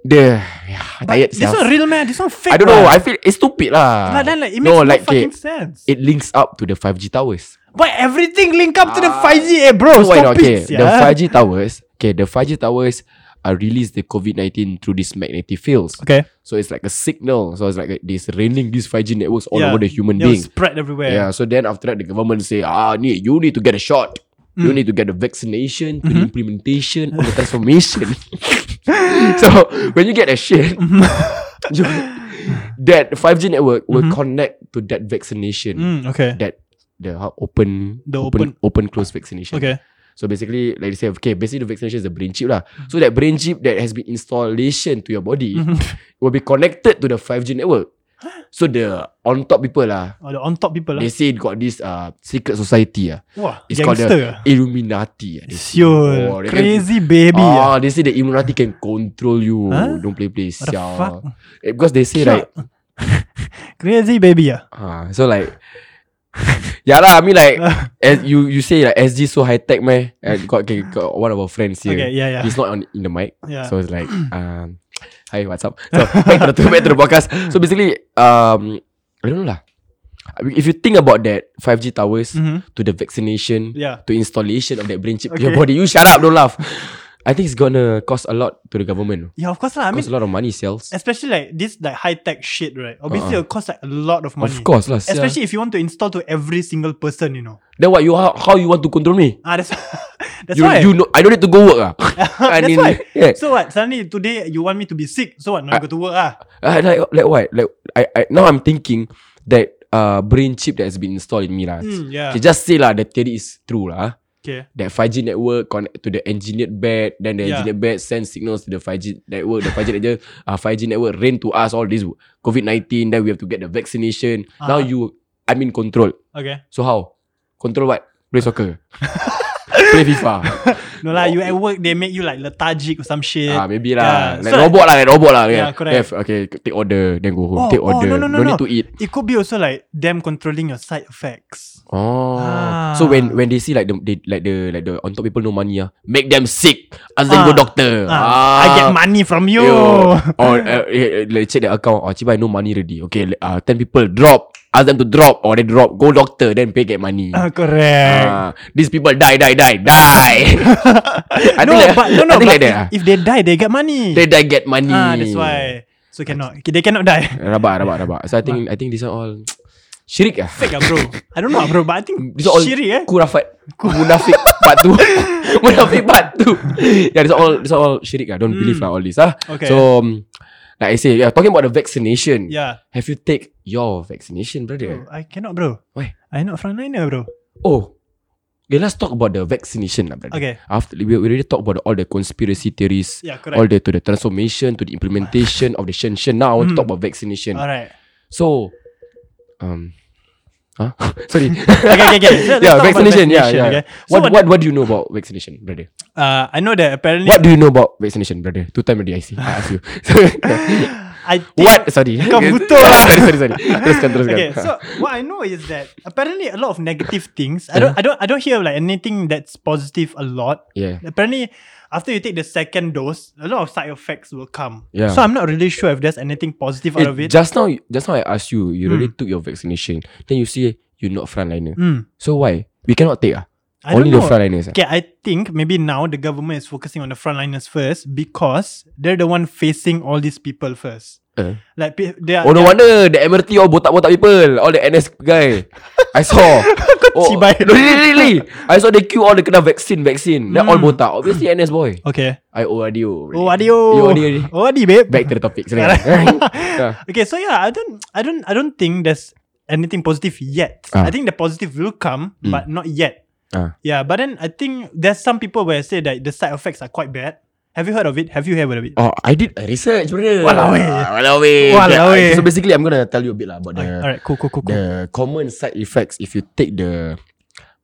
[SPEAKER 5] the yeah, tired
[SPEAKER 4] This
[SPEAKER 5] sia.
[SPEAKER 4] one real man. This one fake.
[SPEAKER 5] I don't know.
[SPEAKER 4] man.
[SPEAKER 5] I feel it's stupid lah.
[SPEAKER 4] But then like it makes no,
[SPEAKER 5] no, like
[SPEAKER 4] fucking
[SPEAKER 5] okay,
[SPEAKER 4] sense.
[SPEAKER 5] it links up to the 5G towers.
[SPEAKER 4] but everything link up to the
[SPEAKER 5] Ah.
[SPEAKER 4] 5G, eh, bro.
[SPEAKER 5] why
[SPEAKER 4] Stop
[SPEAKER 5] not? Okay,
[SPEAKER 4] it.
[SPEAKER 5] the
[SPEAKER 4] yeah.
[SPEAKER 5] 5G towers. Okay, the 5G towers are released the COVID nineteen through these magnetic fields.
[SPEAKER 4] Okay.
[SPEAKER 5] So it's like a signal. So it's like a, this raining these 5G networks all
[SPEAKER 4] Yeah.
[SPEAKER 5] over the human
[SPEAKER 4] It was
[SPEAKER 5] being.
[SPEAKER 4] spread everywhere.
[SPEAKER 5] Yeah. So then after that, the government say, ah, need, you need to get a shot.
[SPEAKER 4] Mm.
[SPEAKER 5] You need to get the vaccination,
[SPEAKER 4] Mm-hmm.
[SPEAKER 5] the implementation, or the transformation. so when you get a shit,
[SPEAKER 4] Mm-hmm.
[SPEAKER 5] you, that 5G network will connect to that vaccination.
[SPEAKER 4] Mm-hmm. Mm, okay.
[SPEAKER 5] That the how- open,
[SPEAKER 4] The
[SPEAKER 5] open, open, close vaccination.
[SPEAKER 4] Okay.
[SPEAKER 5] So basically, like they say, okay, basically the vaccination is the brain chip lah. So that brain chip that has been installation to your body will be connected to the 5G network. So the on top people lah,
[SPEAKER 4] Oh, the on top people lah.
[SPEAKER 5] they say got this uh secret society ah.
[SPEAKER 4] Wah,
[SPEAKER 5] It's called
[SPEAKER 4] gangster.
[SPEAKER 5] the Illuminati. ah, they say.
[SPEAKER 4] Siul,
[SPEAKER 5] Oh, they can-
[SPEAKER 4] crazy baby. ah.
[SPEAKER 5] Ah, they say the Illuminati can control you.
[SPEAKER 4] Huh?
[SPEAKER 5] Don't play play.
[SPEAKER 4] What the
[SPEAKER 5] siao.
[SPEAKER 4] fuck?
[SPEAKER 5] Eh, Because they say like,
[SPEAKER 4] Crazy baby ah.
[SPEAKER 5] ah, so like, yeah lah. I mean like, as you you say like SG so high tech meh? And got, okay, got one of our friends here.
[SPEAKER 4] Okay, yeah, yeah.
[SPEAKER 5] He's not on in the mic.
[SPEAKER 4] Yeah.
[SPEAKER 5] So it's like, um, hi, what's up? So back to the back to the podcast. So basically, um, I don't know lah. I mean, If you think about that 5G towers
[SPEAKER 4] Mhm.
[SPEAKER 5] to the vaccination,
[SPEAKER 4] Yeah.
[SPEAKER 5] to installation of that brain chip to your
[SPEAKER 4] Okay.
[SPEAKER 5] body, you shut up, don't laugh. I think it's gonna cost a lot to the government.
[SPEAKER 4] Yeah, of course lah. I mean,
[SPEAKER 5] cost a lot of money, sales.
[SPEAKER 4] especially like this like high tech shit, right? Obviously,
[SPEAKER 5] Uh-uh.
[SPEAKER 4] it'll cost like a lot of money.
[SPEAKER 5] Of course lah. sia.
[SPEAKER 4] Especially if you want to install to every single person, you know.
[SPEAKER 5] Then what you how, how you want to control me?
[SPEAKER 4] Ah, that's that's
[SPEAKER 5] you
[SPEAKER 4] why.
[SPEAKER 5] you know I don't need to go work ah.
[SPEAKER 4] that's
[SPEAKER 5] I mean,
[SPEAKER 4] why.
[SPEAKER 5] yeah.
[SPEAKER 4] So what? Suddenly today you want me to be sick? So what? Now I go to work ah.
[SPEAKER 5] Ah, like like what? Like I, I now I'm thinking that uh brain chip that has been installed in me lah.
[SPEAKER 4] Mm, yeah.
[SPEAKER 5] Ah. Okay, just say lah the theory is true lah. ah.
[SPEAKER 4] Okay.
[SPEAKER 5] That 5G network connect to the engineered bed, then the
[SPEAKER 4] Yeah.
[SPEAKER 5] engineered bed sends signals to the 5G network. The 5G network, uh, 5G network rain to us all this COVID 19. Then we have to get the vaccination. Now
[SPEAKER 4] Ah.
[SPEAKER 5] you, I'm in control.
[SPEAKER 4] Okay.
[SPEAKER 5] So how? Control what? Play soccer. Play FIFA.
[SPEAKER 4] No lah. You at work they make you like lethargic or some shit.
[SPEAKER 5] ah, maybe
[SPEAKER 4] Yeah,
[SPEAKER 5] lah. Like
[SPEAKER 4] so-
[SPEAKER 5] robot lah, like robot lah.
[SPEAKER 4] Yeah,
[SPEAKER 5] Yeah,
[SPEAKER 4] correct.
[SPEAKER 5] Have, okay, take order, then go
[SPEAKER 4] Oh,
[SPEAKER 5] home. take
[SPEAKER 4] oh,
[SPEAKER 5] order.
[SPEAKER 4] no, no, no,
[SPEAKER 5] need
[SPEAKER 4] no.
[SPEAKER 5] to eat.
[SPEAKER 4] It could be also like them controlling your side effects.
[SPEAKER 5] Oh,
[SPEAKER 4] Ah.
[SPEAKER 5] so when when they see like the they, like the like the on top people no money ah, make them sick. Ask
[SPEAKER 4] Ah.
[SPEAKER 5] them go doctor.
[SPEAKER 4] Ah, I get money from you.
[SPEAKER 5] or uh, eh, eh, like check their account. Oh, cibai no money already. Okay, like, uh, ten people drop. Ask them to drop or they drop. Go doctor, then pay get money.
[SPEAKER 4] Ah, correct.
[SPEAKER 5] Ah, these people die, die, die, die. I
[SPEAKER 4] no,
[SPEAKER 5] think like-
[SPEAKER 4] but no, no.
[SPEAKER 5] I
[SPEAKER 4] But
[SPEAKER 5] think like that, ah.
[SPEAKER 4] if, if they die, they get money.
[SPEAKER 5] they die get money.
[SPEAKER 4] ah, that's why. So cannot. They cannot die.
[SPEAKER 5] Rabak, rabak, rabak. So I think I think these are all syirik ah.
[SPEAKER 4] Fake ah, bro. I don't know, ah, bro. But I think
[SPEAKER 5] These are all
[SPEAKER 4] Shiri eh.
[SPEAKER 5] kurafat, munafik part two, munafik part two. Ya, Yeah, these are all these are all syirik ah. Don't believe lah all this ah.
[SPEAKER 4] Hmm. Okay.
[SPEAKER 5] So um, like I say, yeah, talking about the vaccination.
[SPEAKER 4] Yeah. Hmm.
[SPEAKER 5] Have you take your vaccination, brother?
[SPEAKER 4] Bro, I cannot, bro.
[SPEAKER 5] Why?
[SPEAKER 4] I not frontliner, bro.
[SPEAKER 5] Oh. Okay, let's talk about the vaccination lah, brother.
[SPEAKER 4] Okay.
[SPEAKER 5] After we, we already talk about the, all the conspiracy theories,
[SPEAKER 4] Yeah, correct.
[SPEAKER 5] all the to the transformation to the implementation of the Shenzhen. Now I want
[SPEAKER 4] Mm.
[SPEAKER 5] to talk about vaccination.
[SPEAKER 4] Alright.
[SPEAKER 5] So, um, huh? Sorry.
[SPEAKER 4] Okay, okay, okay. Let's
[SPEAKER 5] yeah,
[SPEAKER 4] talk about
[SPEAKER 5] vaccination. Yeah, yeah.
[SPEAKER 4] okay? So
[SPEAKER 5] What,
[SPEAKER 4] what-
[SPEAKER 5] what, what do you know about vaccination, brother?
[SPEAKER 4] Uh, I know that apparently.
[SPEAKER 5] What do you know about vaccination, brother? Two time already, I see. I ask you.
[SPEAKER 4] I think
[SPEAKER 5] what? Sorry.
[SPEAKER 4] Kau butuh.
[SPEAKER 5] sorry, sorry, sorry. Teruskan, teruskan.
[SPEAKER 4] Okay, so what I know is that apparently a lot of negative things. I don't, I don't, I don't hear like anything that's positive a lot.
[SPEAKER 5] yeah.
[SPEAKER 4] Apparently, after you take the second dose, a lot of side effects will come.
[SPEAKER 5] Yeah.
[SPEAKER 4] So I'm not really sure if there's anything positive out
[SPEAKER 5] Eh,
[SPEAKER 4] of it.
[SPEAKER 5] Just now, just now I asked you. You already took your vaccination. Then you see you're not frontliner.
[SPEAKER 4] Hmm.
[SPEAKER 5] So why? We cannot take ah.
[SPEAKER 4] I
[SPEAKER 5] Only
[SPEAKER 4] don't
[SPEAKER 5] the
[SPEAKER 4] know.
[SPEAKER 5] frontliners. ah.
[SPEAKER 4] Okay, I think maybe now the government is focusing on the frontliners first because they're the one facing all these people first.
[SPEAKER 5] Eh.
[SPEAKER 4] Like pe- they are.
[SPEAKER 5] Oh no wonder the MRT all botak-botak people, all the NS guy. I saw. oh,
[SPEAKER 4] cibai.
[SPEAKER 5] no, really, really, really. I saw they queue all the kena vaccine, vaccine. Then
[SPEAKER 4] Hmm.
[SPEAKER 5] all botak. Obviously NS boy.
[SPEAKER 4] Okay.
[SPEAKER 5] I oh adio.
[SPEAKER 4] Oh, adio.
[SPEAKER 5] Yo, adio. adio.
[SPEAKER 4] Oh, adio, babe.
[SPEAKER 5] Back to the topic. Sorry. yeah.
[SPEAKER 4] Okay, so yeah, I don't, I don't, I don't think there's anything positive yet.
[SPEAKER 5] Ah. Hmm.
[SPEAKER 4] I think the positive will come, but not yet.
[SPEAKER 5] Ah.
[SPEAKER 4] Yeah, but then I think there's some people where I say that the side effects are quite bad. Have you heard of it? Have you heard of it?
[SPEAKER 5] Oh, I did a research, brother.
[SPEAKER 4] Walao eh.
[SPEAKER 5] Walau eh.
[SPEAKER 4] Walao eh.
[SPEAKER 5] So basically, I'm gonna tell you a bit lah about the
[SPEAKER 4] Okay, Alright, cool, cool, cool, cool.
[SPEAKER 5] the common side effects if you take the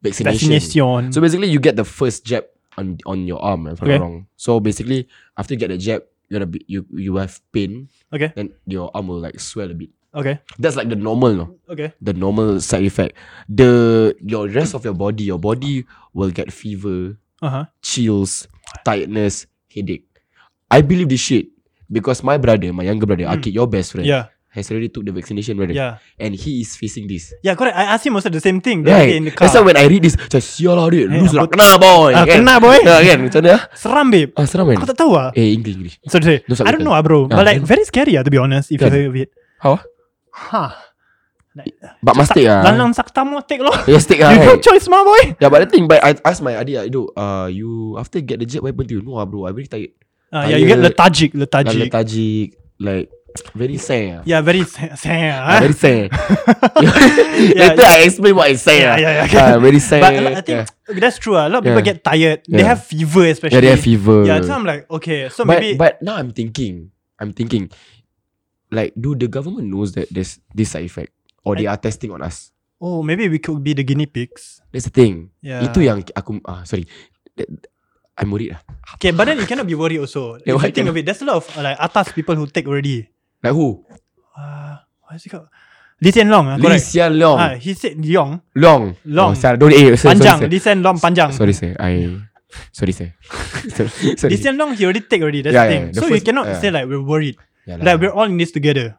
[SPEAKER 5] vaccination.
[SPEAKER 4] Vaccination.
[SPEAKER 5] So basically, you get the first jab on on your arm. If
[SPEAKER 4] Okay.
[SPEAKER 5] I'm not wrong. So basically, after you get the jab, you're gonna be, you you have pain.
[SPEAKER 4] Okay.
[SPEAKER 5] Then your arm will like swell a bit.
[SPEAKER 4] Okay.
[SPEAKER 5] That's like the normal, no?
[SPEAKER 4] Okay.
[SPEAKER 5] the normal side effect. The your rest of your body, your body will get fever,
[SPEAKER 4] Uh huh.
[SPEAKER 5] chills, tiredness, headache. I believe this shit because my brother, my younger brother, Akid, your best friend,
[SPEAKER 4] Hmm. Yeah.
[SPEAKER 5] has already took the vaccination, brother,
[SPEAKER 4] Yeah.
[SPEAKER 5] and he is facing this.
[SPEAKER 4] Yeah, correct. I asked him also the same thing. the other day
[SPEAKER 5] Right.
[SPEAKER 4] In the car.
[SPEAKER 5] That's why when I read this, macam sial lah dude.
[SPEAKER 4] Eh,
[SPEAKER 5] Lu sudah
[SPEAKER 4] aku-
[SPEAKER 5] kena boy.
[SPEAKER 4] Ah,
[SPEAKER 5] kan?
[SPEAKER 4] kena, boy.
[SPEAKER 5] Ya kan, macam mana?
[SPEAKER 4] Seram, babe.
[SPEAKER 5] Ah, seram kan?
[SPEAKER 4] Aku tak tahu ah.
[SPEAKER 5] Eh, English, English.
[SPEAKER 4] Sorry, sorry.
[SPEAKER 5] No, sorry,
[SPEAKER 4] I don't
[SPEAKER 5] sorry.
[SPEAKER 4] know ah, bro.
[SPEAKER 5] Ah,
[SPEAKER 4] But like
[SPEAKER 5] then-
[SPEAKER 4] very scary ah, to be honest. If you
[SPEAKER 5] Kan.
[SPEAKER 4] heard of it.
[SPEAKER 5] How?
[SPEAKER 4] Huh.
[SPEAKER 5] But must take ah.
[SPEAKER 4] Dalam sakta mo take loh.
[SPEAKER 5] Yes, take ah.
[SPEAKER 4] You no
[SPEAKER 5] right?
[SPEAKER 4] choice, ma boy.
[SPEAKER 5] Yeah, but the thing, but I asked my adik, I do, uh, you after get the jet, what happened to you? No ah bro, I very tired.
[SPEAKER 4] Ah, yeah, you get
[SPEAKER 5] Tired.
[SPEAKER 4] lethargic,
[SPEAKER 5] Like
[SPEAKER 4] lethargic.
[SPEAKER 5] lethargic, like very sad. ah.
[SPEAKER 4] Yeah, very sad. sad ah.
[SPEAKER 5] Ah, Very sad.
[SPEAKER 4] Yeah,
[SPEAKER 5] Later I explain what I say.
[SPEAKER 4] Yeah,
[SPEAKER 5] ah.
[SPEAKER 4] yeah, yeah, okay.
[SPEAKER 5] Ah, very sad.
[SPEAKER 4] But I think
[SPEAKER 5] yeah.
[SPEAKER 4] that's true. ah. A lot of people
[SPEAKER 5] Yeah.
[SPEAKER 4] get tired. They
[SPEAKER 5] Yeah.
[SPEAKER 4] have fever, especially.
[SPEAKER 5] yeah, they have fever.
[SPEAKER 4] Yeah, so I'm like, okay, so
[SPEAKER 5] but
[SPEAKER 4] maybe.
[SPEAKER 5] but now I'm thinking, I'm thinking, like, do the government knows that there's this side effect or they are testing on us?
[SPEAKER 4] Oh, maybe we could be the guinea pigs.
[SPEAKER 5] That's the thing.
[SPEAKER 4] Yeah.
[SPEAKER 5] Itu yang aku ah sorry. That- I'm worried lah.
[SPEAKER 4] Okay, but then you cannot be worried also. if
[SPEAKER 5] Yeah,
[SPEAKER 4] you
[SPEAKER 5] why
[SPEAKER 4] think
[SPEAKER 5] cannot?
[SPEAKER 4] of it, there's a lot of uh, like atas people who take already.
[SPEAKER 5] Like who?
[SPEAKER 4] Uh, what is it called? Lee Hsien Long, ah,
[SPEAKER 5] Lee
[SPEAKER 4] correct.
[SPEAKER 5] Hsia Long.
[SPEAKER 4] Ah, he said Yong.
[SPEAKER 5] Long.
[SPEAKER 4] Long.
[SPEAKER 5] Oh, Sarah, don't eh, sorry,
[SPEAKER 4] Panjang.
[SPEAKER 5] Sorry,
[SPEAKER 4] Lee Hsien Long panjang.
[SPEAKER 5] sir. sorry sir. I sorry sir. sorry. sorry.
[SPEAKER 4] Lee Hsien Long, he already take already. That's
[SPEAKER 5] Yeah,
[SPEAKER 4] the
[SPEAKER 5] yeah,
[SPEAKER 4] thing.
[SPEAKER 5] the
[SPEAKER 4] so you
[SPEAKER 5] first-
[SPEAKER 4] cannot
[SPEAKER 5] yeah.
[SPEAKER 4] say like we're worried.
[SPEAKER 5] Yeah,
[SPEAKER 4] Like
[SPEAKER 5] lah.
[SPEAKER 4] we're all in this together.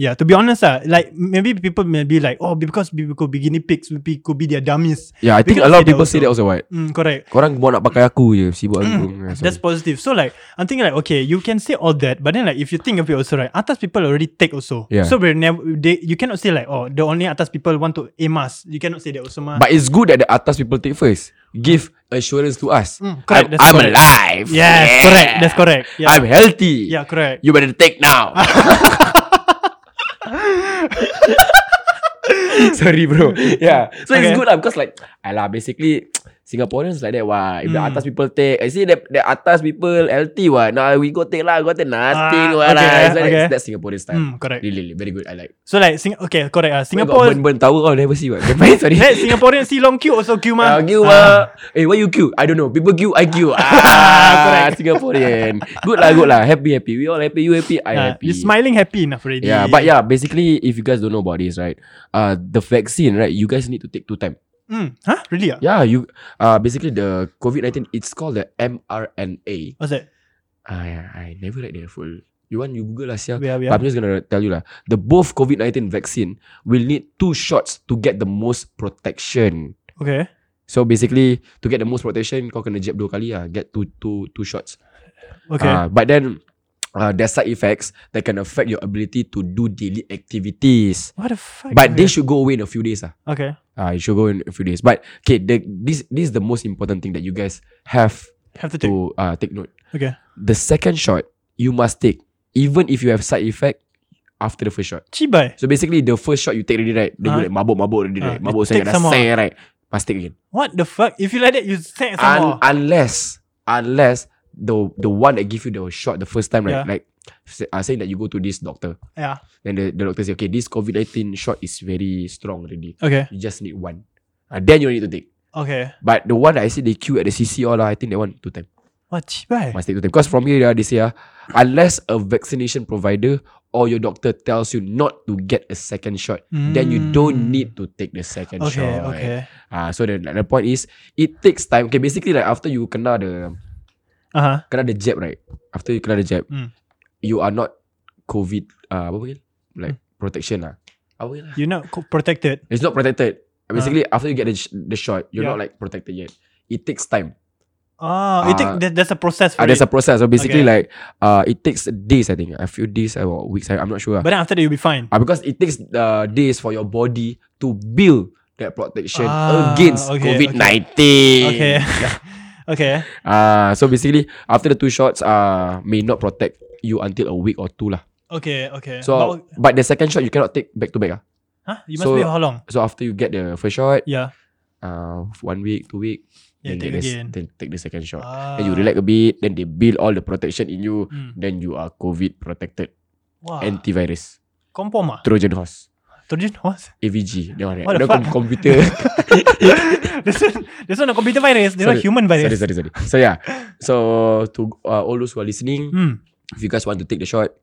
[SPEAKER 4] Yeah, to be honest, ah, like maybe people may be like, oh, because we could be guinea pigs, we could be their dummies.
[SPEAKER 5] yeah, I think
[SPEAKER 4] because
[SPEAKER 5] a lot of
[SPEAKER 4] they also-
[SPEAKER 5] people say that also what.
[SPEAKER 4] Mm, correct.
[SPEAKER 5] Korang buat nak pakai aku je Sibuk aku yeah, sorry.
[SPEAKER 4] Hmm. That's positive. So like I'm thinking like okay, you can say all that, but then like if you think of it also right, atas people already take also.
[SPEAKER 5] Yeah.
[SPEAKER 4] So we're never they you cannot say like oh the only atas people want to aim us. You cannot say that also mah.
[SPEAKER 5] But it's good that the atas people take first. Give assurance to us.
[SPEAKER 4] Mm, correct,
[SPEAKER 5] I'm,
[SPEAKER 4] that's
[SPEAKER 5] I'm
[SPEAKER 4] correct.
[SPEAKER 5] alive.
[SPEAKER 4] yes,
[SPEAKER 5] Yeah.
[SPEAKER 4] correct. That's correct. Yeah.
[SPEAKER 5] I'm healthy.
[SPEAKER 4] yeah, correct.
[SPEAKER 5] You better take now. Sorry bro. Yeah. So
[SPEAKER 4] Okay.
[SPEAKER 5] it's good lah because like alah basically Singaporeans like that wah. If the
[SPEAKER 4] Mm.
[SPEAKER 5] atas people take, I see the the atas people healthy wah. Nah, we go take lah, go take nothing
[SPEAKER 4] Ah,
[SPEAKER 5] wah
[SPEAKER 4] okay,
[SPEAKER 5] lah. It's like
[SPEAKER 4] okay.
[SPEAKER 5] that- that's Singaporean style.
[SPEAKER 4] Mm, correct.
[SPEAKER 5] Really, really, very good. I like.
[SPEAKER 4] So like Sing- okay, correct. Ah,
[SPEAKER 5] Where got burn
[SPEAKER 4] Singapore
[SPEAKER 5] burn tower all never see what. Sorry.
[SPEAKER 4] Let Singaporean see long queue also queue mah.
[SPEAKER 5] Uh, queue
[SPEAKER 4] Ah.
[SPEAKER 5] ah. Eh, why you queue? I don't know. People queue, I queue. Ah, Singaporean. Good lah, good lah. Happy, happy. We all happy. You happy, I
[SPEAKER 4] Ah,
[SPEAKER 5] happy.
[SPEAKER 4] you smiling happy enough already.
[SPEAKER 5] Yeah, but yeah, basically, if you guys don't know about this, right? Uh, the vaccine, right? You guys need to take two time.
[SPEAKER 4] Mm. Huh? Really? ah?
[SPEAKER 5] Yeah, you. Uh, basically, the COVID nineteen, it's called the mRNA.
[SPEAKER 4] What's that?
[SPEAKER 5] Ah, yeah, I never read the full. You want you Google lah, sia.
[SPEAKER 4] Yeah,
[SPEAKER 5] But
[SPEAKER 4] yeah.
[SPEAKER 5] I'm just gonna tell you lah. The both COVID nineteen vaccine will need two shots to get the most protection.
[SPEAKER 4] Okay.
[SPEAKER 5] So basically to get the most protection kau kena jab dua kali lah get two two two shots.
[SPEAKER 4] Okay.
[SPEAKER 5] Uh, but then uh, there's side effects that can affect your ability to do daily activities.
[SPEAKER 4] what the fuck?
[SPEAKER 5] But
[SPEAKER 4] okay.
[SPEAKER 5] they should go away in a few days ah.
[SPEAKER 4] Okay.
[SPEAKER 5] Uh, it should go in a few days. But okay, the, this this is the most important thing that you guys have
[SPEAKER 4] Have to take.
[SPEAKER 5] to uh, take note.
[SPEAKER 4] Okay.
[SPEAKER 5] The second shot you must take even if you have side effect after the first shot.
[SPEAKER 4] Chibai.
[SPEAKER 5] So basically the first shot you take already right, then
[SPEAKER 4] Ah.
[SPEAKER 5] you like mabuk-mabuk already
[SPEAKER 4] Ah,
[SPEAKER 5] right,
[SPEAKER 4] you
[SPEAKER 5] mabuk
[SPEAKER 4] take
[SPEAKER 5] saya dah
[SPEAKER 4] some more.
[SPEAKER 5] saya right, must take again.
[SPEAKER 4] What the fuck? If you like that, you say some
[SPEAKER 5] Un-
[SPEAKER 4] more.
[SPEAKER 5] unless unless the the one that give you the shot the first time right
[SPEAKER 4] Yeah.
[SPEAKER 5] like say, uh, saying that you go to this doctor
[SPEAKER 4] Yeah.
[SPEAKER 5] then the, the doctor say okay this COVID-19 shot is very strong already
[SPEAKER 4] Okay.
[SPEAKER 5] you just need one uh, then you don't need to take
[SPEAKER 4] Okay.
[SPEAKER 5] but the one that I see they queue at the CC all lah, I think that one two time
[SPEAKER 4] What chibai?
[SPEAKER 5] must take two time because from here uh, they say uh, unless a vaccination provider or your doctor tells you not to get a second shot then you don't
[SPEAKER 4] Mm.
[SPEAKER 5] need to take the second
[SPEAKER 4] Okay,
[SPEAKER 5] shot
[SPEAKER 4] okay.
[SPEAKER 5] Ah, so the, the point is, it takes time. Okay, basically like after you kena the
[SPEAKER 4] Uh huh.
[SPEAKER 5] kena the jab right, after you kena the jab,
[SPEAKER 4] Mm.
[SPEAKER 5] you are not COVID. Uh, apa panggil? Like
[SPEAKER 4] Hmm.
[SPEAKER 5] protection lah. Apa panggil lah?
[SPEAKER 4] You're not co- protected.
[SPEAKER 5] It's not protected.
[SPEAKER 4] Ah.
[SPEAKER 5] Basically, after you get the, sh- the shot, you're
[SPEAKER 4] Yeah.
[SPEAKER 5] not like protected yet. It takes time.
[SPEAKER 4] Oh, you
[SPEAKER 5] Ah.
[SPEAKER 4] think that, that's a process for
[SPEAKER 5] Ah,
[SPEAKER 4] it.
[SPEAKER 5] there's a process. So basically,
[SPEAKER 4] Okay.
[SPEAKER 5] like uh, it takes days. I think a few days or weeks. I, I'm not sure.
[SPEAKER 4] but then after that, you'll be fine.
[SPEAKER 5] Ah, because it takes uh, days for your body to build that protection
[SPEAKER 4] Ah,
[SPEAKER 5] against
[SPEAKER 4] okay,
[SPEAKER 5] COVID nineteen. Eh.
[SPEAKER 4] Okay. okay.
[SPEAKER 5] Ah, so basically after the two shots, ah may not protect you until a week or two lah.
[SPEAKER 4] Okay. Okay.
[SPEAKER 5] So, but, the second shot you cannot take back to back ah.
[SPEAKER 4] but, huh? You must
[SPEAKER 5] so-
[SPEAKER 4] wait how long?
[SPEAKER 5] So after you get the first shot,
[SPEAKER 4] Yeah.
[SPEAKER 5] ah one week, two week,
[SPEAKER 4] Yeah.
[SPEAKER 5] then
[SPEAKER 4] Take
[SPEAKER 5] get the s-
[SPEAKER 4] again.
[SPEAKER 5] then take the second shot.
[SPEAKER 4] Ah.
[SPEAKER 5] uh, Then you relax a bit, then they build all the protection in you,
[SPEAKER 4] Mm.
[SPEAKER 5] then you are COVID protected,
[SPEAKER 4] Wow.
[SPEAKER 5] antivirus,
[SPEAKER 4] Kompo mah?
[SPEAKER 5] Trojan horse,
[SPEAKER 4] Trojan horse?
[SPEAKER 5] AVG, that one. Right?
[SPEAKER 4] What the
[SPEAKER 5] That com-
[SPEAKER 4] fuck?
[SPEAKER 5] computer.
[SPEAKER 4] this one, this one a computer virus. This one
[SPEAKER 5] Sorry.
[SPEAKER 4] human virus.
[SPEAKER 5] sorry, sorry, sorry. So yeah, so to uh, all those who are listening,
[SPEAKER 4] Hmm.
[SPEAKER 5] if you guys want to take the shot,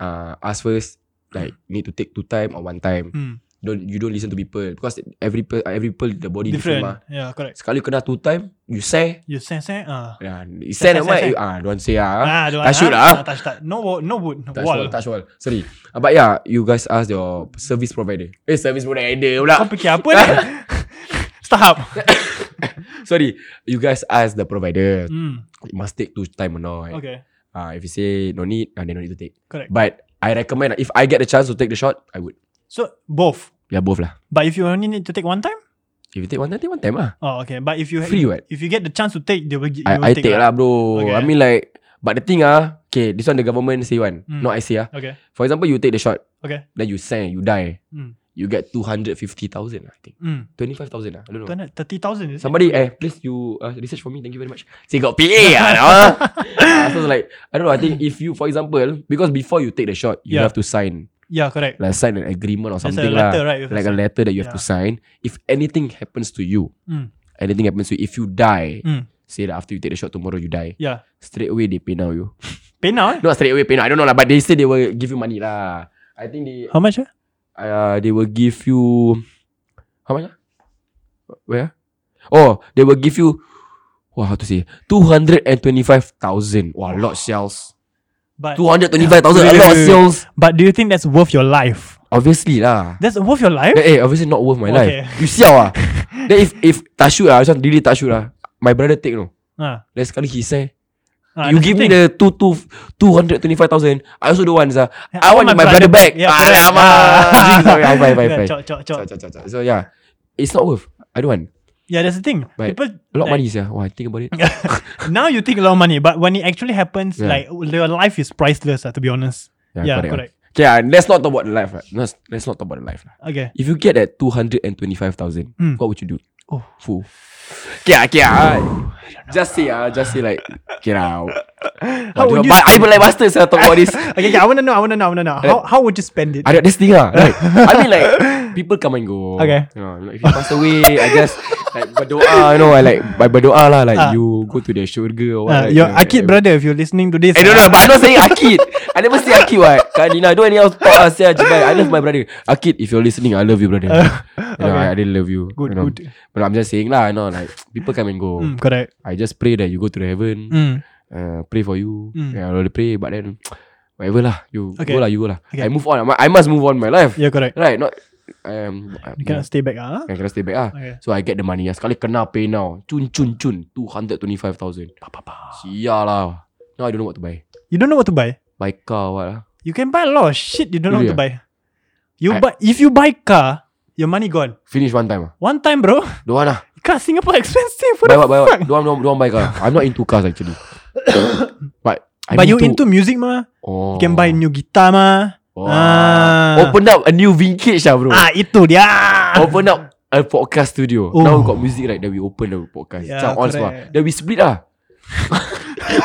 [SPEAKER 5] uh, ask first. Like need to take two time or one time.
[SPEAKER 4] Hmm.
[SPEAKER 5] Don't you don't listen to people because every pe- every people the body different.
[SPEAKER 4] Different.
[SPEAKER 5] different mah.
[SPEAKER 4] Yeah. Correct.
[SPEAKER 5] Sekali kena two time, you say,
[SPEAKER 4] You say say. Ah.
[SPEAKER 5] yeah, you say
[SPEAKER 4] Say,
[SPEAKER 5] nama,
[SPEAKER 4] say, say.
[SPEAKER 5] ah, don't say ah.
[SPEAKER 4] Ah, don't want,
[SPEAKER 5] touch wood
[SPEAKER 4] ah.
[SPEAKER 5] lah.
[SPEAKER 4] Ah, Touch, touch. No, wo- no wood. No
[SPEAKER 5] Touch wall,
[SPEAKER 4] wall.
[SPEAKER 5] touch wall. Sorry. Uh, but yeah, you guys ask your service provider. Eh, service provider pula.
[SPEAKER 4] Kau fikir apa ni? Starhub.
[SPEAKER 5] Sorry. You guys ask the provider.
[SPEAKER 4] Hmm.
[SPEAKER 5] You must take two time or not.
[SPEAKER 4] Okay.
[SPEAKER 5] Uh, if you say no need, uh, then no need to take.
[SPEAKER 4] Correct.
[SPEAKER 5] But I recommend if I get the chance to take the shot, I would.
[SPEAKER 4] So both.
[SPEAKER 5] Yeah, both lah.
[SPEAKER 4] But if you only need to take one time?
[SPEAKER 5] If you take one time, take one time lah.
[SPEAKER 4] Oh, okay. But if you
[SPEAKER 5] Free what?
[SPEAKER 4] if you get the chance to take, they will give.
[SPEAKER 5] I, I take, lah bro.
[SPEAKER 4] Okay.
[SPEAKER 5] I mean like, but the thing ah, okay, this one the government say one,
[SPEAKER 4] Mm.
[SPEAKER 5] not I say ah.
[SPEAKER 4] Okay.
[SPEAKER 5] For example, you take the shot,
[SPEAKER 4] Okay.
[SPEAKER 5] then you sang, you die.
[SPEAKER 4] Mm.
[SPEAKER 5] you get 250,000 lah, I think.
[SPEAKER 4] Mm.
[SPEAKER 5] 25,000 lah, I don't know.
[SPEAKER 4] 230,000 is it?
[SPEAKER 5] Somebody, eh, please you uh, research for me. Thank you very much. Say got PA ah. nah. Ah, so it's like, I don't know. I think if you, for example, because before you take the shot, you
[SPEAKER 4] Yeah.
[SPEAKER 5] have to sign,
[SPEAKER 4] Yeah, correct.
[SPEAKER 5] like sign an agreement or
[SPEAKER 4] There's a
[SPEAKER 5] something
[SPEAKER 4] letter, right?
[SPEAKER 5] lah,
[SPEAKER 4] you have to
[SPEAKER 5] like a
[SPEAKER 4] sign.
[SPEAKER 5] letter that you have to sign. If anything happens to you,
[SPEAKER 4] Mm.
[SPEAKER 5] anything happens to you, if you die,
[SPEAKER 4] Mm.
[SPEAKER 5] say that after you take the shot tomorrow you die,
[SPEAKER 4] Yeah.
[SPEAKER 5] straight away they pay now you.
[SPEAKER 4] Pay now, eh?
[SPEAKER 5] Not straight away pay now. I don't know lah, but they say they will give you money lah. I think they
[SPEAKER 4] How much? Eh?
[SPEAKER 5] uh, they will give you how much? ah? Where? ah? Oh, they will give you wow, how to say two hundred and twenty five thousand. Wow, a lot sales.
[SPEAKER 4] But
[SPEAKER 5] Two hundred twenty five thousand. A
[SPEAKER 4] Wait,
[SPEAKER 5] lot
[SPEAKER 4] wait, wait.
[SPEAKER 5] sales.
[SPEAKER 4] but do you think that's worth your life?
[SPEAKER 5] Obviously lah.
[SPEAKER 4] That's worth your life?
[SPEAKER 5] That, eh, obviously not worth my
[SPEAKER 4] Okay.
[SPEAKER 5] life. You siao ah. Then if if tashu ah, macam really tashu lah. My brother take no.
[SPEAKER 4] Ah,
[SPEAKER 5] Last kali he say,
[SPEAKER 4] ah,
[SPEAKER 5] you
[SPEAKER 4] that's
[SPEAKER 5] give
[SPEAKER 4] the
[SPEAKER 5] me
[SPEAKER 4] thing.
[SPEAKER 5] the two two two hundred twenty five thousand. I also don't want sah. I, want my, brother, back.
[SPEAKER 4] Yeah, correct. Ah.
[SPEAKER 5] Alamak. Sorry, high five, high
[SPEAKER 4] Yeah,
[SPEAKER 5] five.
[SPEAKER 4] chop, chop, chop.
[SPEAKER 5] Chop, chop, chop, chop. So yeah, it's not worth. I don't want.
[SPEAKER 4] Yeah, that's the thing.
[SPEAKER 5] Right.
[SPEAKER 4] People
[SPEAKER 5] A lot
[SPEAKER 4] like,
[SPEAKER 5] of money, yeah. Wow, I think about it.
[SPEAKER 4] now you think a lot of money, but when it actually happens,
[SPEAKER 5] Yeah.
[SPEAKER 4] like your life is priceless. Uh, to be honest. Yeah, correct.
[SPEAKER 5] Okay, ah, let's not talk about the life. Right? Let's, let's not talk about the life. Lah.
[SPEAKER 4] Okay.
[SPEAKER 5] If you get that 225,000,
[SPEAKER 4] Hmm.
[SPEAKER 5] what would you do?
[SPEAKER 4] Oh.
[SPEAKER 5] Fool. Okay, ah, okay. ah. Just say, ah, just say like, okay lah. How
[SPEAKER 4] would you
[SPEAKER 5] but I
[SPEAKER 4] spend-
[SPEAKER 5] would like bastard sir, talk about this.
[SPEAKER 4] Okay, okay. I wanna know. I wanna know. I wanna know. How how would you spend it?
[SPEAKER 5] Eh. I got this thing lah. Like, I mean like, people come and go.
[SPEAKER 4] Okay.
[SPEAKER 5] You know, like, if you pass away, I guess like berdoa, you know, I like I berdoa lah like
[SPEAKER 4] Ah.
[SPEAKER 5] you go to the syurga or what.
[SPEAKER 4] Uh,
[SPEAKER 5] like,
[SPEAKER 4] your
[SPEAKER 5] you know,
[SPEAKER 4] Akid
[SPEAKER 5] like,
[SPEAKER 4] brother, if you're listening to this, uh,
[SPEAKER 5] I don't know, Eh, but I'm not saying Akid. I never say Akid, what? Kak Nina, don't anyhow talk us, yeah, Jibai. I love my brother. Akid, if you're listening, I love you, brother. you know,
[SPEAKER 4] okay.
[SPEAKER 5] I, I really love you.
[SPEAKER 4] Good,
[SPEAKER 5] you know.
[SPEAKER 4] good.
[SPEAKER 5] But I'm just saying lah, you know, like, people come and go.
[SPEAKER 4] Mm, correct.
[SPEAKER 5] I just pray that you go to the heaven,
[SPEAKER 4] Mm.
[SPEAKER 5] uh, pray for you.
[SPEAKER 4] Mm.
[SPEAKER 5] Yeah, I really pray, but then, whatever lah, you
[SPEAKER 4] Okay.
[SPEAKER 5] go lah, you go lah.
[SPEAKER 4] Okay.
[SPEAKER 5] I move on. I mu- I must move on in my life.
[SPEAKER 4] Yeah, correct.
[SPEAKER 5] Right, not, um, I,
[SPEAKER 4] You cannot stay back, ah.
[SPEAKER 5] I cannot stay back lah.
[SPEAKER 4] Okay.
[SPEAKER 5] So I get the money lah. Sekali kena pay now. Cun, cun, cun. 225,000. Sia lah. Now I don't know what to buy.
[SPEAKER 4] You don't know what to buy.
[SPEAKER 5] Buy car or what lah.
[SPEAKER 4] You can buy a lot of shit you don't know what
[SPEAKER 5] Really
[SPEAKER 4] to buy. You
[SPEAKER 5] I-
[SPEAKER 4] buy if you buy car, your money gone.
[SPEAKER 5] Finish one time ah.
[SPEAKER 4] One time, bro.
[SPEAKER 5] Don't want lah.
[SPEAKER 4] Car Singapore expensive. What
[SPEAKER 5] Buy
[SPEAKER 4] the
[SPEAKER 5] what, buy what.
[SPEAKER 4] fuck?
[SPEAKER 5] Don't want, don't, want- don't want buy car. I'm not into cars actually. but I'm
[SPEAKER 4] but you into music, ma?
[SPEAKER 5] oh.
[SPEAKER 4] You can buy new guitar, ma?
[SPEAKER 5] Wah.
[SPEAKER 4] Ah.
[SPEAKER 5] Open up a new vintage lah bro.
[SPEAKER 4] Ah, itu dia.
[SPEAKER 5] Open up a podcast studio.
[SPEAKER 4] Oh.
[SPEAKER 5] Now we got music right. Then we open the podcast.
[SPEAKER 4] Yeah,
[SPEAKER 5] Macam on
[SPEAKER 4] correct.
[SPEAKER 5] semua. Then we split lah.